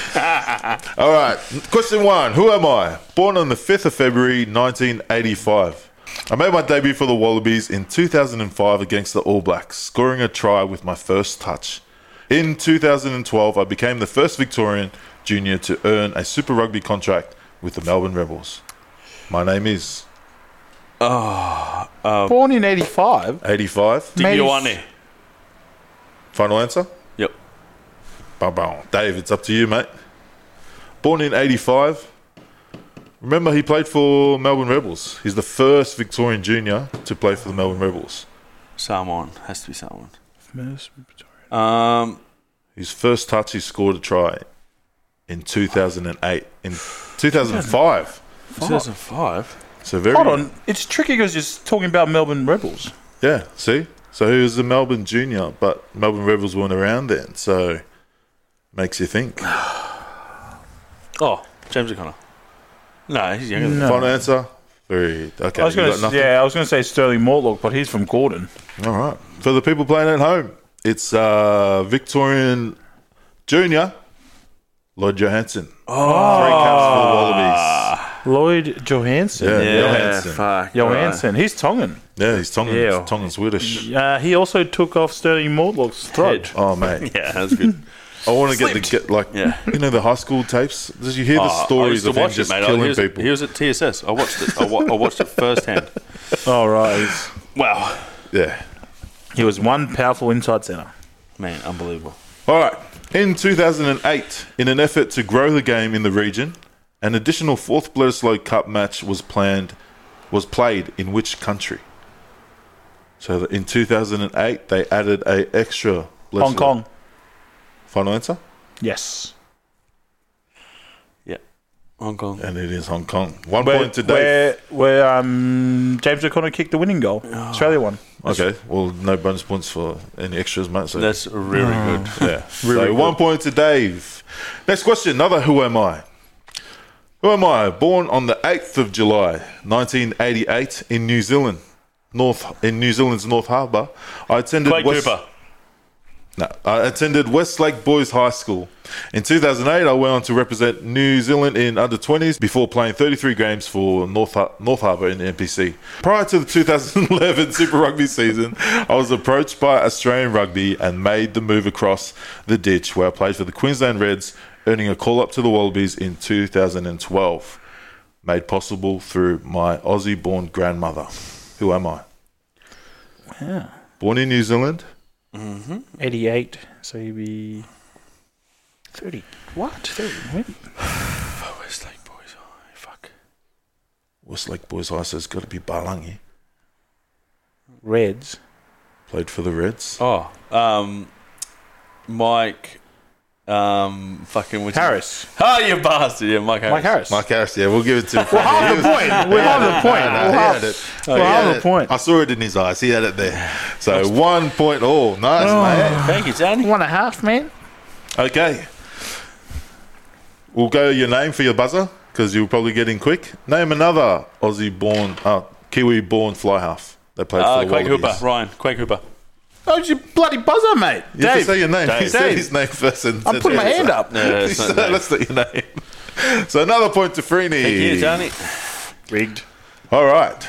Speaker 1: All right. Question one Who am I? Born on the 5th of February 1985. I made my debut for the Wallabies in 2005 against the All Blacks, scoring a try with my first touch. In 2012, I became the first Victorian junior to earn a Super Rugby contract with the Melbourne Rebels. My name is
Speaker 3: Born in '85.
Speaker 1: 85.
Speaker 2: Ding
Speaker 3: Mate.
Speaker 2: Ioane.
Speaker 1: Final answer?
Speaker 2: Yep.
Speaker 1: Bow, bow. Dave, it's up to you, mate. Born in 85. Remember, he played for Melbourne Rebels. He's the first Victorian junior to play for the Melbourne Rebels.
Speaker 2: Someone has to be someone. Um.
Speaker 1: His first touch, he scored a try in 2008. In 2005.
Speaker 2: 2005.
Speaker 1: So very.
Speaker 3: Hold on, it's tricky because you're talking about Melbourne Rebels.
Speaker 1: Yeah, see? So he was a Melbourne junior, but Melbourne Rebels weren't around then. So makes you think.
Speaker 2: Oh, James O'Connor. No, he's younger than
Speaker 1: Final answer? Three. Okay,
Speaker 3: I was
Speaker 1: you
Speaker 3: going
Speaker 1: got nothing?
Speaker 3: to, yeah, I was going to say Sterling Mortlock, but he's from Gordon.
Speaker 1: All right. For the people playing at home, it's uh, Victorian Junior Lloyd Johansson. Oh. Three caps for the Wallabies.
Speaker 3: Lloyd Johansson.
Speaker 1: Yeah,
Speaker 2: Ah, Yeah,
Speaker 1: Johansson.
Speaker 2: fuck.
Speaker 3: Johansson, he's Tongan.
Speaker 1: Yeah, he's Tongan,
Speaker 3: Yeah.
Speaker 1: Tongan Swedish.
Speaker 3: Uh, he also took off Sterling Mortlock's throat.
Speaker 2: Head.
Speaker 1: Oh mate,
Speaker 2: Yeah, that's good.
Speaker 1: I want to get the get like
Speaker 2: Yeah.
Speaker 1: you know the high school tapes. Did you hear the
Speaker 2: Oh, I
Speaker 1: stories
Speaker 2: used to
Speaker 1: of him
Speaker 2: watch
Speaker 1: just
Speaker 2: it, mate. I-
Speaker 1: killing
Speaker 2: he, was,
Speaker 1: people?
Speaker 2: he was at TSS. I watched it. I, wa- I watched it firsthand.
Speaker 3: Oh, right. he's-
Speaker 2: Wow,
Speaker 1: yeah.
Speaker 3: He was one powerful inside centre.
Speaker 2: man, unbelievable.
Speaker 1: All right. In 2008, in an effort to grow the game in the region, an additional fourth Bledisloe Cup match was planned, was played in which country? So that in 2008, they added a extra Bledisloe.
Speaker 3: Hong Kong.
Speaker 1: Final answer,
Speaker 3: Yes.
Speaker 2: Yeah, Hong Kong.
Speaker 1: and it is Hong Kong. One
Speaker 3: Where,
Speaker 1: point to Dave. Oh.
Speaker 3: where, where um, James O'Connor kicked the winning goal. Australia won.
Speaker 1: Okay. Well, no bonus points for any extras, mate. So
Speaker 2: That's really good.
Speaker 1: Yeah. so one point to Dave. Next question. Another Who Am I? Who am I? Born on the 8th of July, 1988, in New Zealand, North in New Zealand's North Harbour. I attended
Speaker 2: Quite
Speaker 1: West-
Speaker 2: Cooper.
Speaker 1: No, I attended Westlake Boys High School. In 2008, I went on to represent New Zealand in under 20s before playing 33 games for North, Har- North Harbour in the NPC. Prior to the 2011 Super Rugby season, I was approached by Australian Rugby and made the move across the ditch where I played for the Queensland Reds, earning a call up to the Wallabies in 2012. Made possible through my Aussie born grandmother. Who am I?
Speaker 5: Yeah.
Speaker 1: Born in New Zealand,
Speaker 5: 88. So you'd be 30. What? 30.
Speaker 2: Westlake Boys High. Fuck.
Speaker 1: Westlake Boys High, so it's got to be Balangi.
Speaker 5: Reds.
Speaker 1: Played for the Reds.
Speaker 2: Oh, um, Mike, um, fucking which
Speaker 3: Harris.
Speaker 2: Oh, you bastard! Yeah, Mike Harris.
Speaker 5: Mike Harris.
Speaker 1: Mike Harris, yeah, we'll give it to him.
Speaker 3: We'll have the point. We'll have the point.
Speaker 1: No,
Speaker 3: We'll
Speaker 1: he
Speaker 3: have
Speaker 1: had it.
Speaker 3: we'll
Speaker 1: He
Speaker 3: have
Speaker 1: had
Speaker 3: the
Speaker 1: it.
Speaker 3: point.
Speaker 1: I saw it in his eyes. He had it there. So one point all. Nice,
Speaker 3: Oh.
Speaker 1: mate.
Speaker 2: Thank you, Danny.
Speaker 5: One and a half, man.
Speaker 1: Okay. We'll go your name for your buzzer because you'll probably get in quick. Name another Aussie born, uh, Kiwi born fly half that played
Speaker 2: Uh,
Speaker 1: for the
Speaker 2: Quake Hooper,
Speaker 1: Wallabies.
Speaker 2: Ryan. Quake Hooper.
Speaker 3: Oh, it's your bloody buzzer, mate.
Speaker 1: You have to say
Speaker 3: Dave.
Speaker 1: your name. He said
Speaker 3: Dave.
Speaker 1: his name first. And
Speaker 3: I'm
Speaker 1: said
Speaker 3: putting my
Speaker 1: the
Speaker 3: hand
Speaker 1: answer.
Speaker 3: up.
Speaker 2: No, no,
Speaker 1: He
Speaker 2: it's
Speaker 1: said,
Speaker 2: not that.
Speaker 1: That's not your name. So another point to Freeney.
Speaker 2: Thank you, Danny.
Speaker 3: Rigged.
Speaker 1: All right.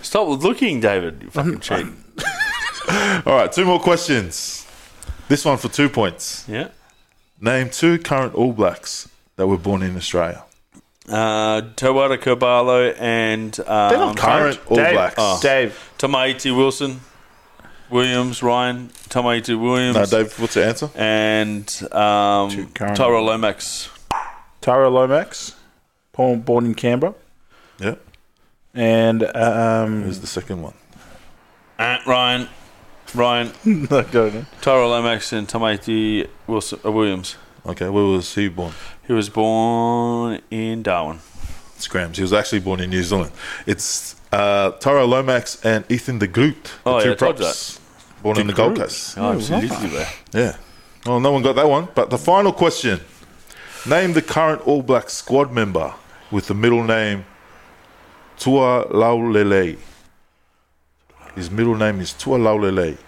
Speaker 2: Stop looking, David. You fucking
Speaker 3: Um,
Speaker 2: cheat.
Speaker 1: All right. Two more questions. This one for two points.
Speaker 2: Yeah.
Speaker 1: Name two current All Blacks that were born in Australia.
Speaker 2: Uh, Tawara Kobalo and
Speaker 3: They're not
Speaker 2: um,
Speaker 1: Current All
Speaker 3: Dave.
Speaker 1: Blacks.
Speaker 3: Dave.
Speaker 2: Tomaiti Wilson, Williams, Ryan. Tomaiti Williams.
Speaker 1: No, Dave, what's the answer?
Speaker 2: And um,
Speaker 3: Two current-
Speaker 2: Tyra Lomax.
Speaker 3: Tyra Lomax. Born, born in Canberra.
Speaker 1: Yeah.
Speaker 3: And, um,
Speaker 1: Who's the second one?
Speaker 2: Uh, Ryan. Ryan.
Speaker 3: I don't know.
Speaker 2: Tyra Lomax and Tomaiti Wilson, uh, Williams.
Speaker 1: Okay, where was he born?
Speaker 2: He was born in Darwin.
Speaker 1: Scrams. He was actually born in New Zealand. It's uh, Taro Lomax and Ethan de Groot. The
Speaker 2: Oh,
Speaker 1: two
Speaker 2: yeah, I told you
Speaker 1: Born in the Gold Coast.
Speaker 2: Oh, absolutely. Right.
Speaker 1: Yeah. Well, no one got that one. But the final question Name the current All Black squad member with the middle name Tua Laulele. His middle name is Tua Laulele.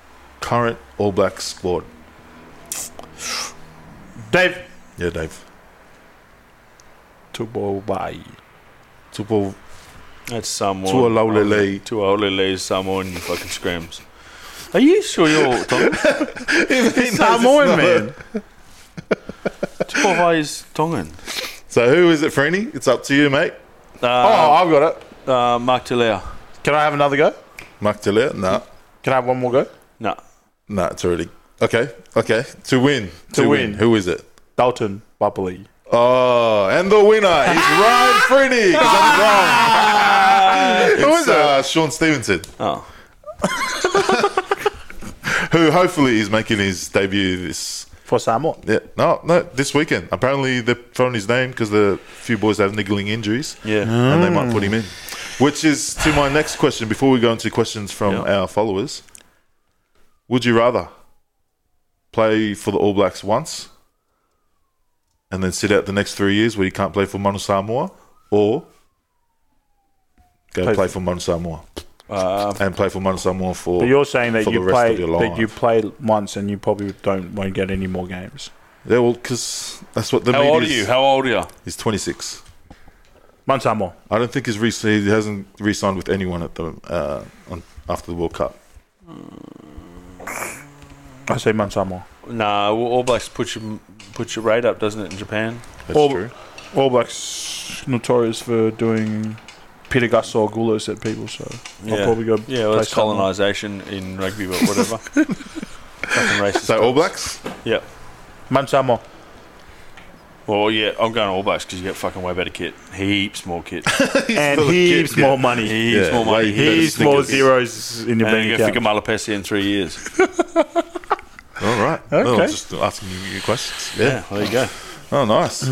Speaker 1: Current All Black squad.
Speaker 3: Dave.
Speaker 1: Yeah, Dave.
Speaker 3: Tubobai.
Speaker 1: Tupo
Speaker 2: That's Samoan.
Speaker 1: Tua
Speaker 2: Oh,
Speaker 1: Laulele.
Speaker 2: Tuolele is Samoan, you fucking screams. Are you sure you're Tongan?
Speaker 3: Samoan, man.
Speaker 2: Tuolele is Tongan.
Speaker 1: So who is it, Freeney? It's up to you, mate.
Speaker 3: Oh,
Speaker 2: Uh,
Speaker 3: I've got it.
Speaker 2: uh, Mark Talea.
Speaker 3: Can I have another go?
Speaker 1: Mark Delia? Nah.
Speaker 3: Can I have one more go?
Speaker 2: No.
Speaker 1: Nah, it's already. Okay, okay. To win.
Speaker 3: To win.
Speaker 1: Who is it?
Speaker 3: Dalton Bubbly.
Speaker 1: Oh, and the winner is Ryan Freeney. 'cause I'm wrong. Who is uh, Sean Stevenson,
Speaker 2: Oh.
Speaker 1: who hopefully is making his debut this.
Speaker 3: For Samoa.
Speaker 1: Yeah, no, no, this weekend. Apparently, they've thrown his name because the few boys have niggling injuries.
Speaker 2: Yeah.
Speaker 1: and they might put him in. Which is to my next question before we go into questions from
Speaker 2: Yeah.
Speaker 1: our followers. Would you rather play for the All Blacks once and then sit out the next three years where you can't play for Manu Samoa or go play,
Speaker 3: Play
Speaker 1: for Manu Samoa
Speaker 2: Uh,
Speaker 1: and play for Manu Samoa for.
Speaker 3: But you're saying that
Speaker 1: for
Speaker 3: you
Speaker 1: the rest
Speaker 3: play
Speaker 1: of your life.
Speaker 3: that you play once and you probably don't won't get any more games.
Speaker 1: yeah, well, because that's what the
Speaker 2: how
Speaker 1: media
Speaker 2: old are
Speaker 1: is.
Speaker 2: you? How old are you?
Speaker 1: He's 26.
Speaker 3: Mansamo.
Speaker 1: I don't think he's re- he hasn't re signed with anyone at the uh, on, after the World Cup.
Speaker 3: I say Mansamo.
Speaker 2: Nah, well, All Blacks put your, put your rate up, doesn't it, in Japan?
Speaker 1: That's
Speaker 3: All-
Speaker 1: true.
Speaker 3: All Blacks notorious for doing Peter Gus or Gulos at people, so
Speaker 2: Yeah.
Speaker 3: I'll probably go.
Speaker 2: Yeah, well,
Speaker 3: play
Speaker 2: that's
Speaker 3: Samoa.
Speaker 2: colonisation in rugby, but whatever. Fucking racist.
Speaker 1: So, All Blacks?
Speaker 2: Yeah.
Speaker 3: Mansamo.
Speaker 2: Well, yeah, I'm going All Blacks because you get fucking way better kit. Heaps more kit.
Speaker 3: And
Speaker 1: full of
Speaker 3: heaps
Speaker 1: kids, yeah.
Speaker 3: more money.
Speaker 2: Heaps
Speaker 1: Yeah,
Speaker 2: more
Speaker 1: way
Speaker 2: money.
Speaker 1: better
Speaker 2: Heaps
Speaker 3: Heaps
Speaker 1: sneakers.
Speaker 3: more zeros in your
Speaker 2: And you
Speaker 3: bank
Speaker 2: go figure
Speaker 3: account.
Speaker 2: Malapesi in three years.
Speaker 1: All right.
Speaker 3: Okay.
Speaker 1: Well, just asking you your questions. Yeah.
Speaker 2: Yeah, there you go.
Speaker 1: Oh, nice.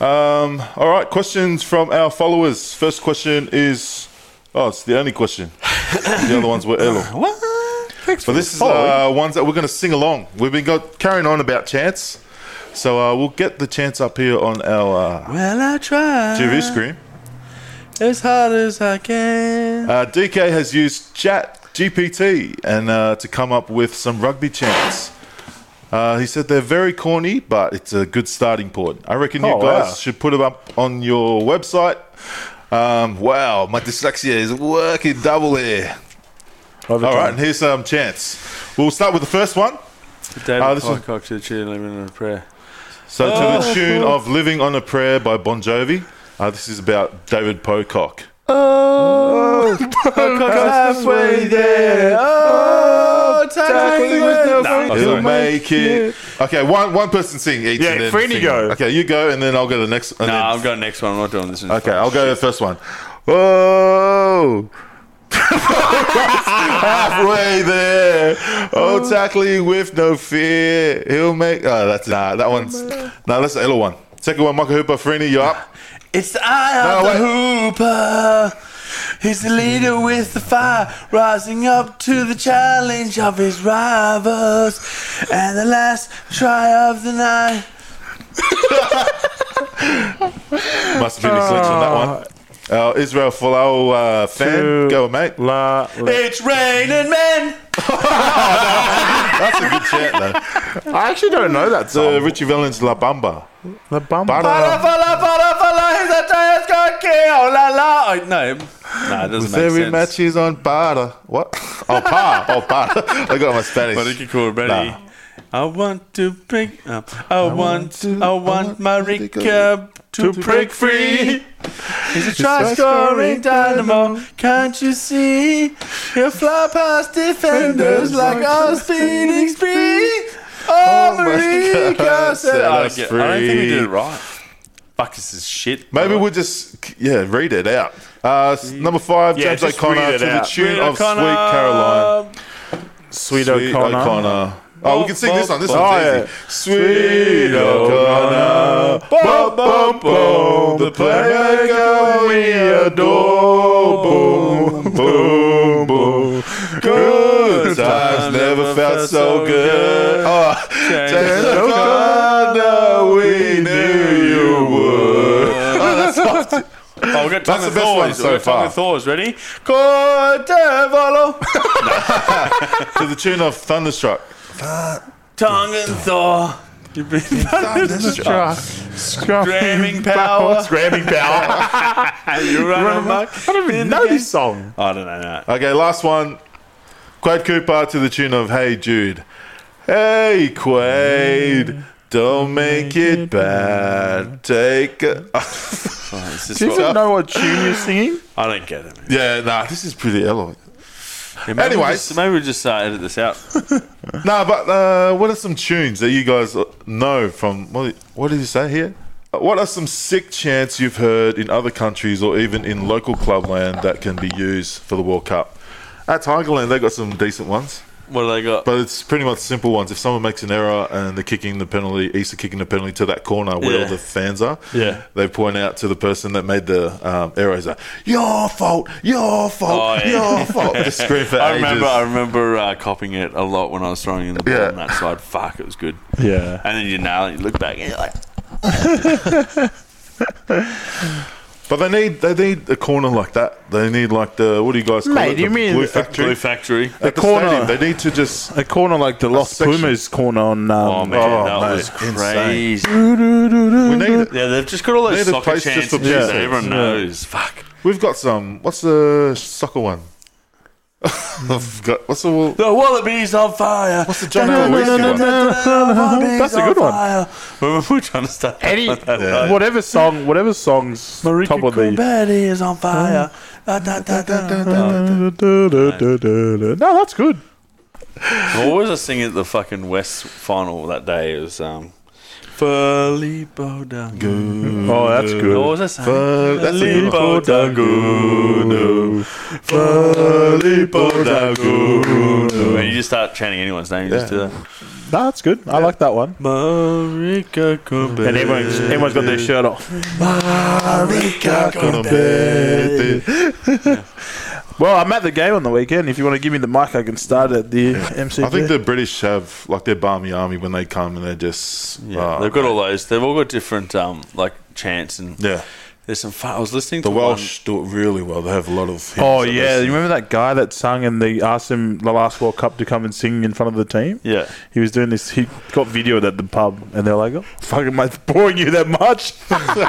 Speaker 1: Um, all right. Questions from our followers. First question is. Oh, it's the only question. the other ones were Elo.
Speaker 3: Thanks
Speaker 1: But this is uh, ones that we're going to sing along. We've been got, carrying on about chance. So uh, we'll get the chance up here on our uh,
Speaker 2: Well, I try
Speaker 1: TV screen.
Speaker 2: as hard as I can.
Speaker 1: Uh, DK has used Chat GPT and uh, to come up with some rugby chants. Uh, he said they're very corny, but it's a good starting point. I reckon you
Speaker 3: Oh,
Speaker 1: guys
Speaker 3: wow.
Speaker 1: should put them up on your website. Um, wow, my dyslexia is working double here.
Speaker 3: Over
Speaker 1: All
Speaker 3: time.
Speaker 1: right, and here's some chants. We'll start with the first one.
Speaker 2: David
Speaker 1: Oh, this is-
Speaker 2: Pocock to the cheerleader in a prayer.
Speaker 1: So to the tune of "Living on a Prayer" by Bon Jovi. Uh, this is about David Pocock.
Speaker 2: halfway there.
Speaker 3: Oh.
Speaker 1: Oh, He'll make it. Okay, one one person sing each.
Speaker 3: Yeah,
Speaker 1: and then
Speaker 3: Freeney
Speaker 1: sing.
Speaker 3: go.
Speaker 1: Okay, you go, and then I'll go to the next. and
Speaker 2: No,
Speaker 1: then-
Speaker 2: I've got the next one. I'm not doing this one.
Speaker 1: Okay, I'll go to the first one. Oh, halfway there. Oh, tackling with no fear. He'll make. Oh, that's nah. That one's no. that's the little one. Second one, Michael Hooper, Freeney, you up?
Speaker 2: It's the eye
Speaker 1: No,
Speaker 2: of the hooper. He's the leader with the fire, rising up to the challenge of his rivals. And the last try of the night.
Speaker 1: Must have been his selection that one. Uh, Israel Folau uh, fan,
Speaker 3: Two.
Speaker 1: go mate.
Speaker 3: La, la.
Speaker 2: It's raining men.
Speaker 1: That's a good chant though.
Speaker 3: I actually don't know that
Speaker 1: It's uh, Richie Valens La Bamba.
Speaker 3: The bum.
Speaker 1: Bada.
Speaker 2: Fala, fala, fala, his attire's got kale, la, la. Oh, No, nah, it doesn't make
Speaker 1: Every
Speaker 2: sense.
Speaker 1: match is on Bada. What? Oh, Pa. Oh, Pa. I got my Spanish.
Speaker 2: But it could call ready.
Speaker 1: Nah.
Speaker 2: I want to pick up. I, want,
Speaker 1: to-
Speaker 2: I
Speaker 1: I
Speaker 2: want
Speaker 1: want
Speaker 2: my
Speaker 1: to pick
Speaker 2: recap to, break free. He's a try scoring dynamo. Can't you see? He'll fly past defenders like a speeding spree. Oh,
Speaker 1: my
Speaker 2: Marie
Speaker 1: God,
Speaker 2: Garcia.
Speaker 1: set
Speaker 2: I don't
Speaker 1: us
Speaker 2: get- I don't think we did
Speaker 1: free.
Speaker 2: it right. Fuck, this is shit.
Speaker 1: Maybe we'll just yeah read it out. Uh, s- number five,
Speaker 3: Yeah,
Speaker 1: James
Speaker 3: just read
Speaker 1: O'Connor
Speaker 3: it
Speaker 1: to the
Speaker 3: out.
Speaker 1: tune of Sweet Caroline.
Speaker 2: Oh,
Speaker 3: Sweet, O'Connor.
Speaker 1: Oh, we can sing this one. This
Speaker 3: Oh,
Speaker 1: one's
Speaker 3: yeah.
Speaker 1: easy. Sweet O'Connor, bum bum bum, the playmaker we adore. Boom boom boom. Good times never felt so good. Oh, James O'Connor, we knew you would. Oh, that's awesome.
Speaker 2: Oh, we've got
Speaker 1: That's
Speaker 2: Tongue
Speaker 1: the
Speaker 2: of
Speaker 1: best one
Speaker 2: Thor's.
Speaker 1: so
Speaker 2: We've got Tongue
Speaker 1: far.
Speaker 2: of Thor's. Ready? Cordevolo.
Speaker 1: to the tune of Thunderstruck.
Speaker 2: Tongue and Thor. You've been
Speaker 1: Thunderstruck.
Speaker 2: Screaming power.
Speaker 3: Scramming power.
Speaker 2: You run amok.
Speaker 3: I don't even know this song.
Speaker 2: I don't know. No.
Speaker 1: Okay, last one. Quade Cooper to the tune of Hey Jude. Hey Quade, don't make it bad. Take a.
Speaker 2: This
Speaker 3: Do you
Speaker 2: is
Speaker 3: even
Speaker 2: what,
Speaker 3: know what tune you're singing?
Speaker 2: I don't get it. man.
Speaker 1: yeah, nah, this is pretty eloquent.
Speaker 2: Yeah, maybe
Speaker 1: Anyways.
Speaker 2: we just, maybe we just uh, edit this out.
Speaker 1: Nah, but uh, what are some tunes that you guys know from. What, what did you say here? What are some sick chants you've heard in other countries or even in local clubland that can be used for the World Cup? At Tigerland, they got some decent ones.
Speaker 2: What do they got?
Speaker 1: But it's pretty much simple ones. If someone makes an error and they're kicking the penalty, Easter kicking the penalty to that corner where
Speaker 2: Yeah.
Speaker 1: all the fans are,
Speaker 2: Yeah.
Speaker 1: they point out to the person that made the um, error, is like, your fault, your fault,
Speaker 2: Oh, yeah.
Speaker 1: your fault. Just scream for
Speaker 2: I
Speaker 1: ages.
Speaker 2: remember, I remember uh, copying it a lot when I was throwing in the ball
Speaker 1: Yeah.
Speaker 2: on that side. Fuck, it was good.
Speaker 3: Yeah.
Speaker 2: And then you nail it, you look back, and you're like,
Speaker 1: But they need they need a corner like that. They need like the what do you guys call
Speaker 3: Mate,
Speaker 1: it?
Speaker 3: you
Speaker 1: the
Speaker 3: mean
Speaker 1: blue
Speaker 3: a
Speaker 1: factory.
Speaker 2: Blue Factory.
Speaker 1: At the
Speaker 3: corner.
Speaker 1: stadium, they need to just
Speaker 3: A corner like the Lost
Speaker 1: section.
Speaker 3: Pumas corner on. Um,
Speaker 2: Oh, man,
Speaker 1: Oh,
Speaker 2: that
Speaker 1: mate,
Speaker 2: was
Speaker 1: insane.
Speaker 2: crazy.
Speaker 1: we need.
Speaker 2: Yeah, they've just got all
Speaker 1: They
Speaker 2: those
Speaker 1: had a
Speaker 2: soccer
Speaker 1: place just
Speaker 2: chants
Speaker 1: for
Speaker 2: and shit that
Speaker 1: music.
Speaker 2: everyone
Speaker 1: Yeah.
Speaker 2: knows. Fuck.
Speaker 1: We've got some. What's the soccer one? I've got what's the
Speaker 2: The wallabies on fire. What's
Speaker 1: the John Aloisi one?
Speaker 3: That's a good one.
Speaker 2: We're we're trying to start.
Speaker 3: Any
Speaker 1: Yeah.
Speaker 3: whatever song, whatever songs top of the.
Speaker 2: Betty is on fire.
Speaker 1: Oh.
Speaker 2: Da, da, da, da, da, da.
Speaker 3: No, that's good.
Speaker 2: What was I singing at the fucking West final that day? It was um, Felipe Dango.
Speaker 3: Oh, that's
Speaker 2: What
Speaker 3: good.
Speaker 2: was I saying?
Speaker 1: that's a good one.
Speaker 2: Felipe Dango. When you just start chanting anyone's name, you just do that.
Speaker 3: No, that's good. I like that one.
Speaker 2: Marika Kumbele.
Speaker 3: And everyone's, everyone's got their shirt off. Well, I'm at the game on the weekend. If you want to give me the mic, I can start at the MCG.
Speaker 1: I think the British have like their barmy army when they come and they're just uh,
Speaker 2: Yeah, they've got all those. They've all got different um, like chants and
Speaker 1: yeah.
Speaker 2: There's some. Fun, I was listening
Speaker 1: The
Speaker 2: to
Speaker 1: Welsh do it really well. They have a lot of. hymns
Speaker 3: Oh
Speaker 1: that they
Speaker 3: yeah,
Speaker 1: sing.
Speaker 3: you remember that guy that sung and they asked him the last World Cup to come and sing in front of the team?
Speaker 2: One, yeah.
Speaker 3: He was doing this. He got videoed at the pub, and they're like, "Oh, fuck, am I boring you that much?"
Speaker 2: Sorry.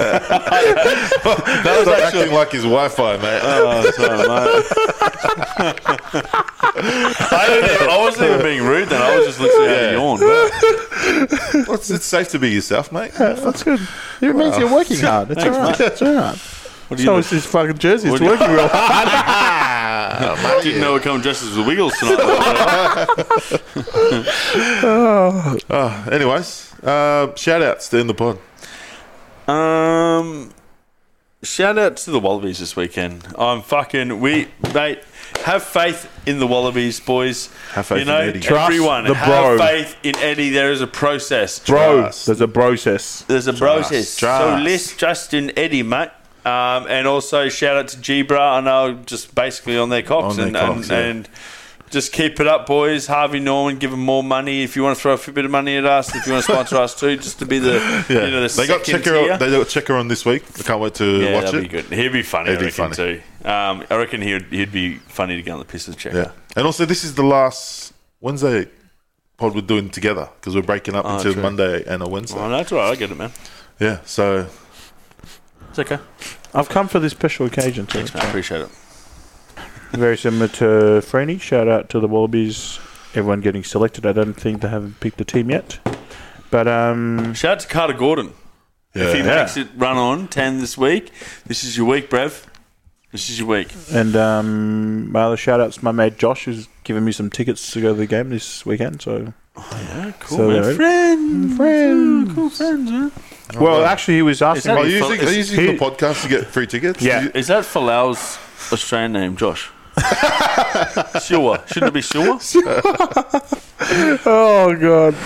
Speaker 1: That was acting like his Wi-Fi, mate. Uh,
Speaker 2: Oh, sorry, mate. I, don't even, I wasn't even being rude then. I was just literally
Speaker 1: Yeah.
Speaker 2: yeah. a yawn. Wow.
Speaker 1: Well, it's, it's safe to be yourself, mate.
Speaker 3: That's good. It means you're working hard. It's all right. It's all right.
Speaker 2: What do you
Speaker 3: So
Speaker 2: know?
Speaker 3: it's his fucking jersey. It's
Speaker 2: do you-
Speaker 3: working real hard.
Speaker 2: didn't know we're coming dressed as the Wiggles tonight.
Speaker 1: Oh, anyways, uh, shout outs to in the pod.
Speaker 2: um, shout out to the Wallabies this weekend. I'm fucking we mate. Have faith in the Wallabies, boys.
Speaker 1: Have faith
Speaker 2: you know,
Speaker 1: in Eddie.
Speaker 3: Trust
Speaker 2: everyone.
Speaker 3: the
Speaker 2: have
Speaker 3: bro.
Speaker 2: faith in Eddie. There is a process.
Speaker 3: Bro,
Speaker 1: Trust.
Speaker 3: there's a process.
Speaker 2: There's a process. So
Speaker 1: Trust.
Speaker 2: list Justin Eddie, mate. Um, and also shout out to Gibra. I know just basically on their cocks,
Speaker 1: On their
Speaker 2: and,
Speaker 1: cocks,
Speaker 2: and,
Speaker 1: yeah.
Speaker 2: and just keep it up, boys. Harvey Norman, give them more money if you want to throw a few bit of money at us. If you want to sponsor us too, just to be the you know the
Speaker 1: they got
Speaker 2: second
Speaker 1: checker.
Speaker 2: tier.
Speaker 1: They got checker on this week. I can't wait to
Speaker 2: yeah,
Speaker 1: watch
Speaker 2: that'd
Speaker 1: it.
Speaker 2: be good. He'd be funny.
Speaker 1: He'd
Speaker 2: I
Speaker 1: be
Speaker 2: reckon too. Um, I reckon he'd he'd be funny to get on the piss with checker.
Speaker 1: Yeah, and also this is the last Wednesday pod we're doing together because we're breaking
Speaker 3: Ah,
Speaker 1: up until
Speaker 2: true.
Speaker 1: Monday and a Wednesday.
Speaker 2: Oh, no, that's all right. I get it, man.
Speaker 1: Yeah, so
Speaker 2: It's okay.
Speaker 3: I've come for this special occasion too.
Speaker 2: I appreciate it.
Speaker 3: Very similar to Franny. Shout out to the Wallabies. Everyone getting selected. I don't think they haven't picked a team yet. But um,
Speaker 2: Shout out to Carter Gordon. If he
Speaker 1: yeah,
Speaker 2: makes it run on 10 this week, this is your week, Brev. This is your week.
Speaker 3: and um, my other shout outs, my mate Josh who's given me some tickets to go to the game this weekend. So
Speaker 2: Oh, Cool,
Speaker 3: So,
Speaker 2: man.
Speaker 3: right.
Speaker 2: Friend.
Speaker 3: friends.
Speaker 2: Cool friends, huh?
Speaker 3: Well, actually, he was asking.
Speaker 2: that-
Speaker 1: Are
Speaker 3: me-
Speaker 1: you using, are you using
Speaker 3: He-
Speaker 1: the podcast to get free tickets?
Speaker 3: Yeah.
Speaker 1: You-
Speaker 2: Is that Falau's Australian name, Josh? Sure. Shouldn't it be Sure?
Speaker 3: Oh god.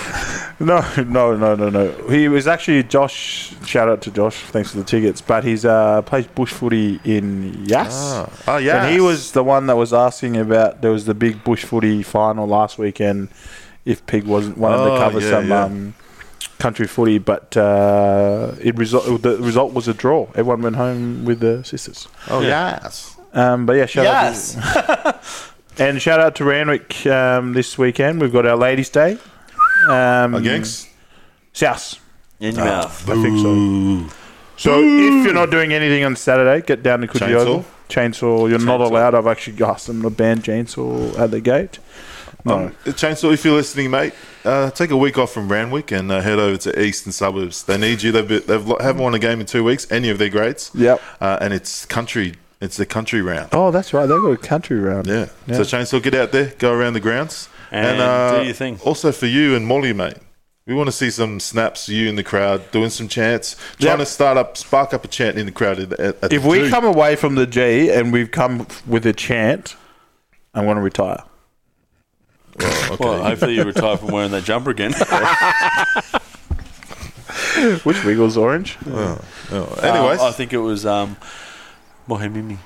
Speaker 3: No, no, no, no, no. He was actually Josh. Shout out to Josh. Thanks for the tickets. But he's uh, plays bush footy in Yass.
Speaker 1: Ah, ah, Yass.
Speaker 3: And he was the one that was asking about. There was the big bush footy final last weekend. If Pig wasn't one
Speaker 1: Oh,
Speaker 3: to cover
Speaker 1: yeah,
Speaker 3: some
Speaker 1: yeah.
Speaker 3: Um, country footy, but uh, it result the result was a draw. Everyone went home with the sisters.
Speaker 1: Oh yes.
Speaker 3: Um, but yeah, shout
Speaker 5: Yes.
Speaker 3: out. To, and shout out to Ranwick um, this weekend. We've got our Ladies' Day. Um,
Speaker 1: Against
Speaker 3: South.
Speaker 2: In
Speaker 1: Ah,
Speaker 2: your mouth.
Speaker 3: I think so. So if you're not doing anything on Saturday, get down to Coogee
Speaker 1: Chainsaw.
Speaker 3: Oval. Chainsaw, you're not
Speaker 2: Chainsaw.
Speaker 3: allowed. I've actually asked them to ban chainsaw at the gate. No.
Speaker 1: um, Chainsaw, if you're listening, mate, uh, take a week off from Randwick and uh, head over to Eastern Suburbs. They need you. They've been, they've lo- haven't won a game in two weeks, any of their grades.
Speaker 3: Yep.
Speaker 1: Uh, and it's country. It's the country round.
Speaker 3: oh, that's right. They've got a country round.
Speaker 1: Yeah. So
Speaker 3: Yeah.
Speaker 1: Chainsaw, get out there, go around the grounds, uh,
Speaker 2: And do your thing.
Speaker 1: Also for you and Molly, mate. We want to see some snaps, you in the crowd, doing some chants, trying
Speaker 3: Yep.
Speaker 1: to start up, spark up a chant in the crowd. At, at, at
Speaker 3: If
Speaker 1: the
Speaker 3: we
Speaker 1: G.
Speaker 3: come away from the G and we've come f- with a chant, I'm going to retire.
Speaker 1: Oh, okay.
Speaker 2: Well, hopefully you retire from wearing that jumper again.
Speaker 3: Which wiggles orange?
Speaker 1: Oh, anyways,
Speaker 2: Um, I think it was um, Mohemimi.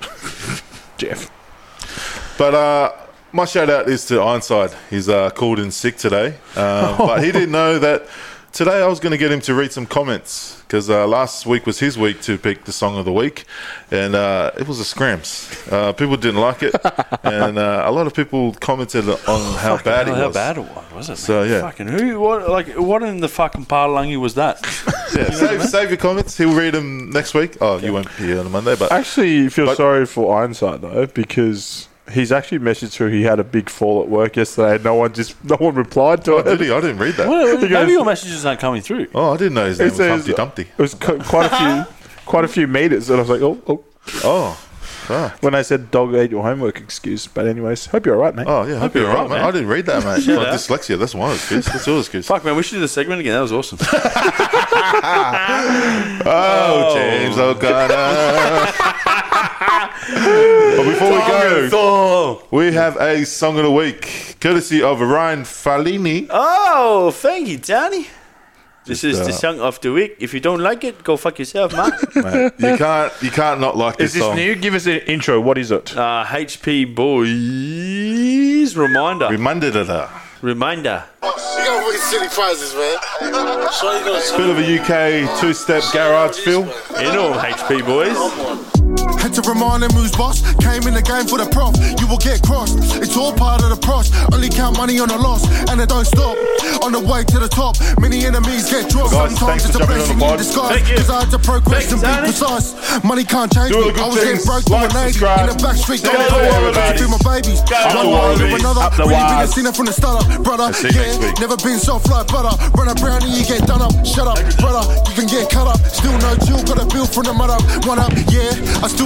Speaker 3: Jeff.
Speaker 1: But uh, my shout out is to Ironside. He's uh, called in sick today, um, but he didn't know that today I was going to get him to read some comments because uh, last week was his week to pick the song of the week, and uh, it was a scrams. Uh, people didn't like it, and uh, a lot of people commented on how bad it
Speaker 2: Hell,
Speaker 1: was.
Speaker 2: how bad it was, was it?
Speaker 1: So,
Speaker 2: man?
Speaker 1: yeah.
Speaker 2: Fucking who? What? Like what in the fucking parlangi was that?
Speaker 1: Yeah, save, save your comments. He'll read them next week. Oh, you won't be here on Monday, but
Speaker 3: Actually, feel
Speaker 1: But-
Speaker 3: sorry for Ironside though, because he's actually messaged through. He had a big fall at work yesterday. and No one just, no one replied to
Speaker 1: did
Speaker 3: it.
Speaker 1: he? I didn't read that.
Speaker 2: Well, maybe
Speaker 3: guys-
Speaker 2: your messages aren't coming through.
Speaker 1: Oh, I didn't know his name
Speaker 3: It
Speaker 1: was
Speaker 3: says- uh,
Speaker 1: Humpty Dumpty.
Speaker 3: It was co- quite a few, quite a few meters, and I was like, oh, oh.
Speaker 1: Oh, ah.
Speaker 3: When I said dog ate your homework excuse, but anyways, hope you're all right, mate.
Speaker 1: Oh yeah, hope, you're right, man. I didn't read that, mate.
Speaker 2: Shut
Speaker 1: Oh,
Speaker 2: up.
Speaker 1: dyslexia. That's one excuse. That's all excuse.
Speaker 2: Fuck, man, we should do the segment again. That was awesome.
Speaker 1: Oh, James O'Connor. but before we go,
Speaker 2: oh,
Speaker 1: we have a song of the week, courtesy of Ryan Fallini.
Speaker 2: oh, thank you, Danny. This is the
Speaker 1: uh,
Speaker 2: song of the week. If you don't like it, go fuck yourself, man.
Speaker 1: Mate, you can't, you can't not like this,
Speaker 3: Is this
Speaker 1: song.
Speaker 3: new? Give us an intro. What is it?
Speaker 2: uh, HP Boys Reminder.
Speaker 1: Reminded of that.
Speaker 2: Reminder.
Speaker 6: You gotta win silly prizes, man. Sure you gonna
Speaker 1: Bit of a UK two-step garage feel.
Speaker 2: In all HP boys.
Speaker 7: Had to remind them who's boss. Came in the game for the prof. You will get crossed. It's all part of the process. Only count money on the loss, and it don't stop. On the way to the top, many enemies get dropped.
Speaker 1: Guys,
Speaker 7: Sometimes
Speaker 1: thanks
Speaker 7: it's a
Speaker 1: for jumping on the
Speaker 7: blessing
Speaker 1: pod.
Speaker 7: in disguise.
Speaker 2: Thank you.
Speaker 7: Cause I had to progress and
Speaker 2: Thanks,
Speaker 7: be
Speaker 2: Arnie.
Speaker 7: precise. Money can't change
Speaker 1: Do all
Speaker 7: me.
Speaker 1: the good
Speaker 7: I was
Speaker 1: things.
Speaker 7: getting broke
Speaker 1: Like,
Speaker 7: from an lady
Speaker 1: subscribe.
Speaker 7: in the back street.
Speaker 1: Share
Speaker 7: Don't
Speaker 1: it
Speaker 7: call
Speaker 1: with
Speaker 7: me to
Speaker 1: everybody.
Speaker 7: feed my babies.
Speaker 1: Up
Speaker 7: One
Speaker 1: the
Speaker 7: way
Speaker 1: wallabies.
Speaker 7: or another.
Speaker 1: Up the
Speaker 7: Really been a
Speaker 1: wilds.
Speaker 7: sinner from the start up, brother.
Speaker 1: I'll see you next
Speaker 7: Yeah,
Speaker 1: week.
Speaker 7: never been soft like butter. Run a brownie, you get done up. Shut up, brother. You can get cut up. Still no chill, got a bill from the mud up. One up, yeah. I still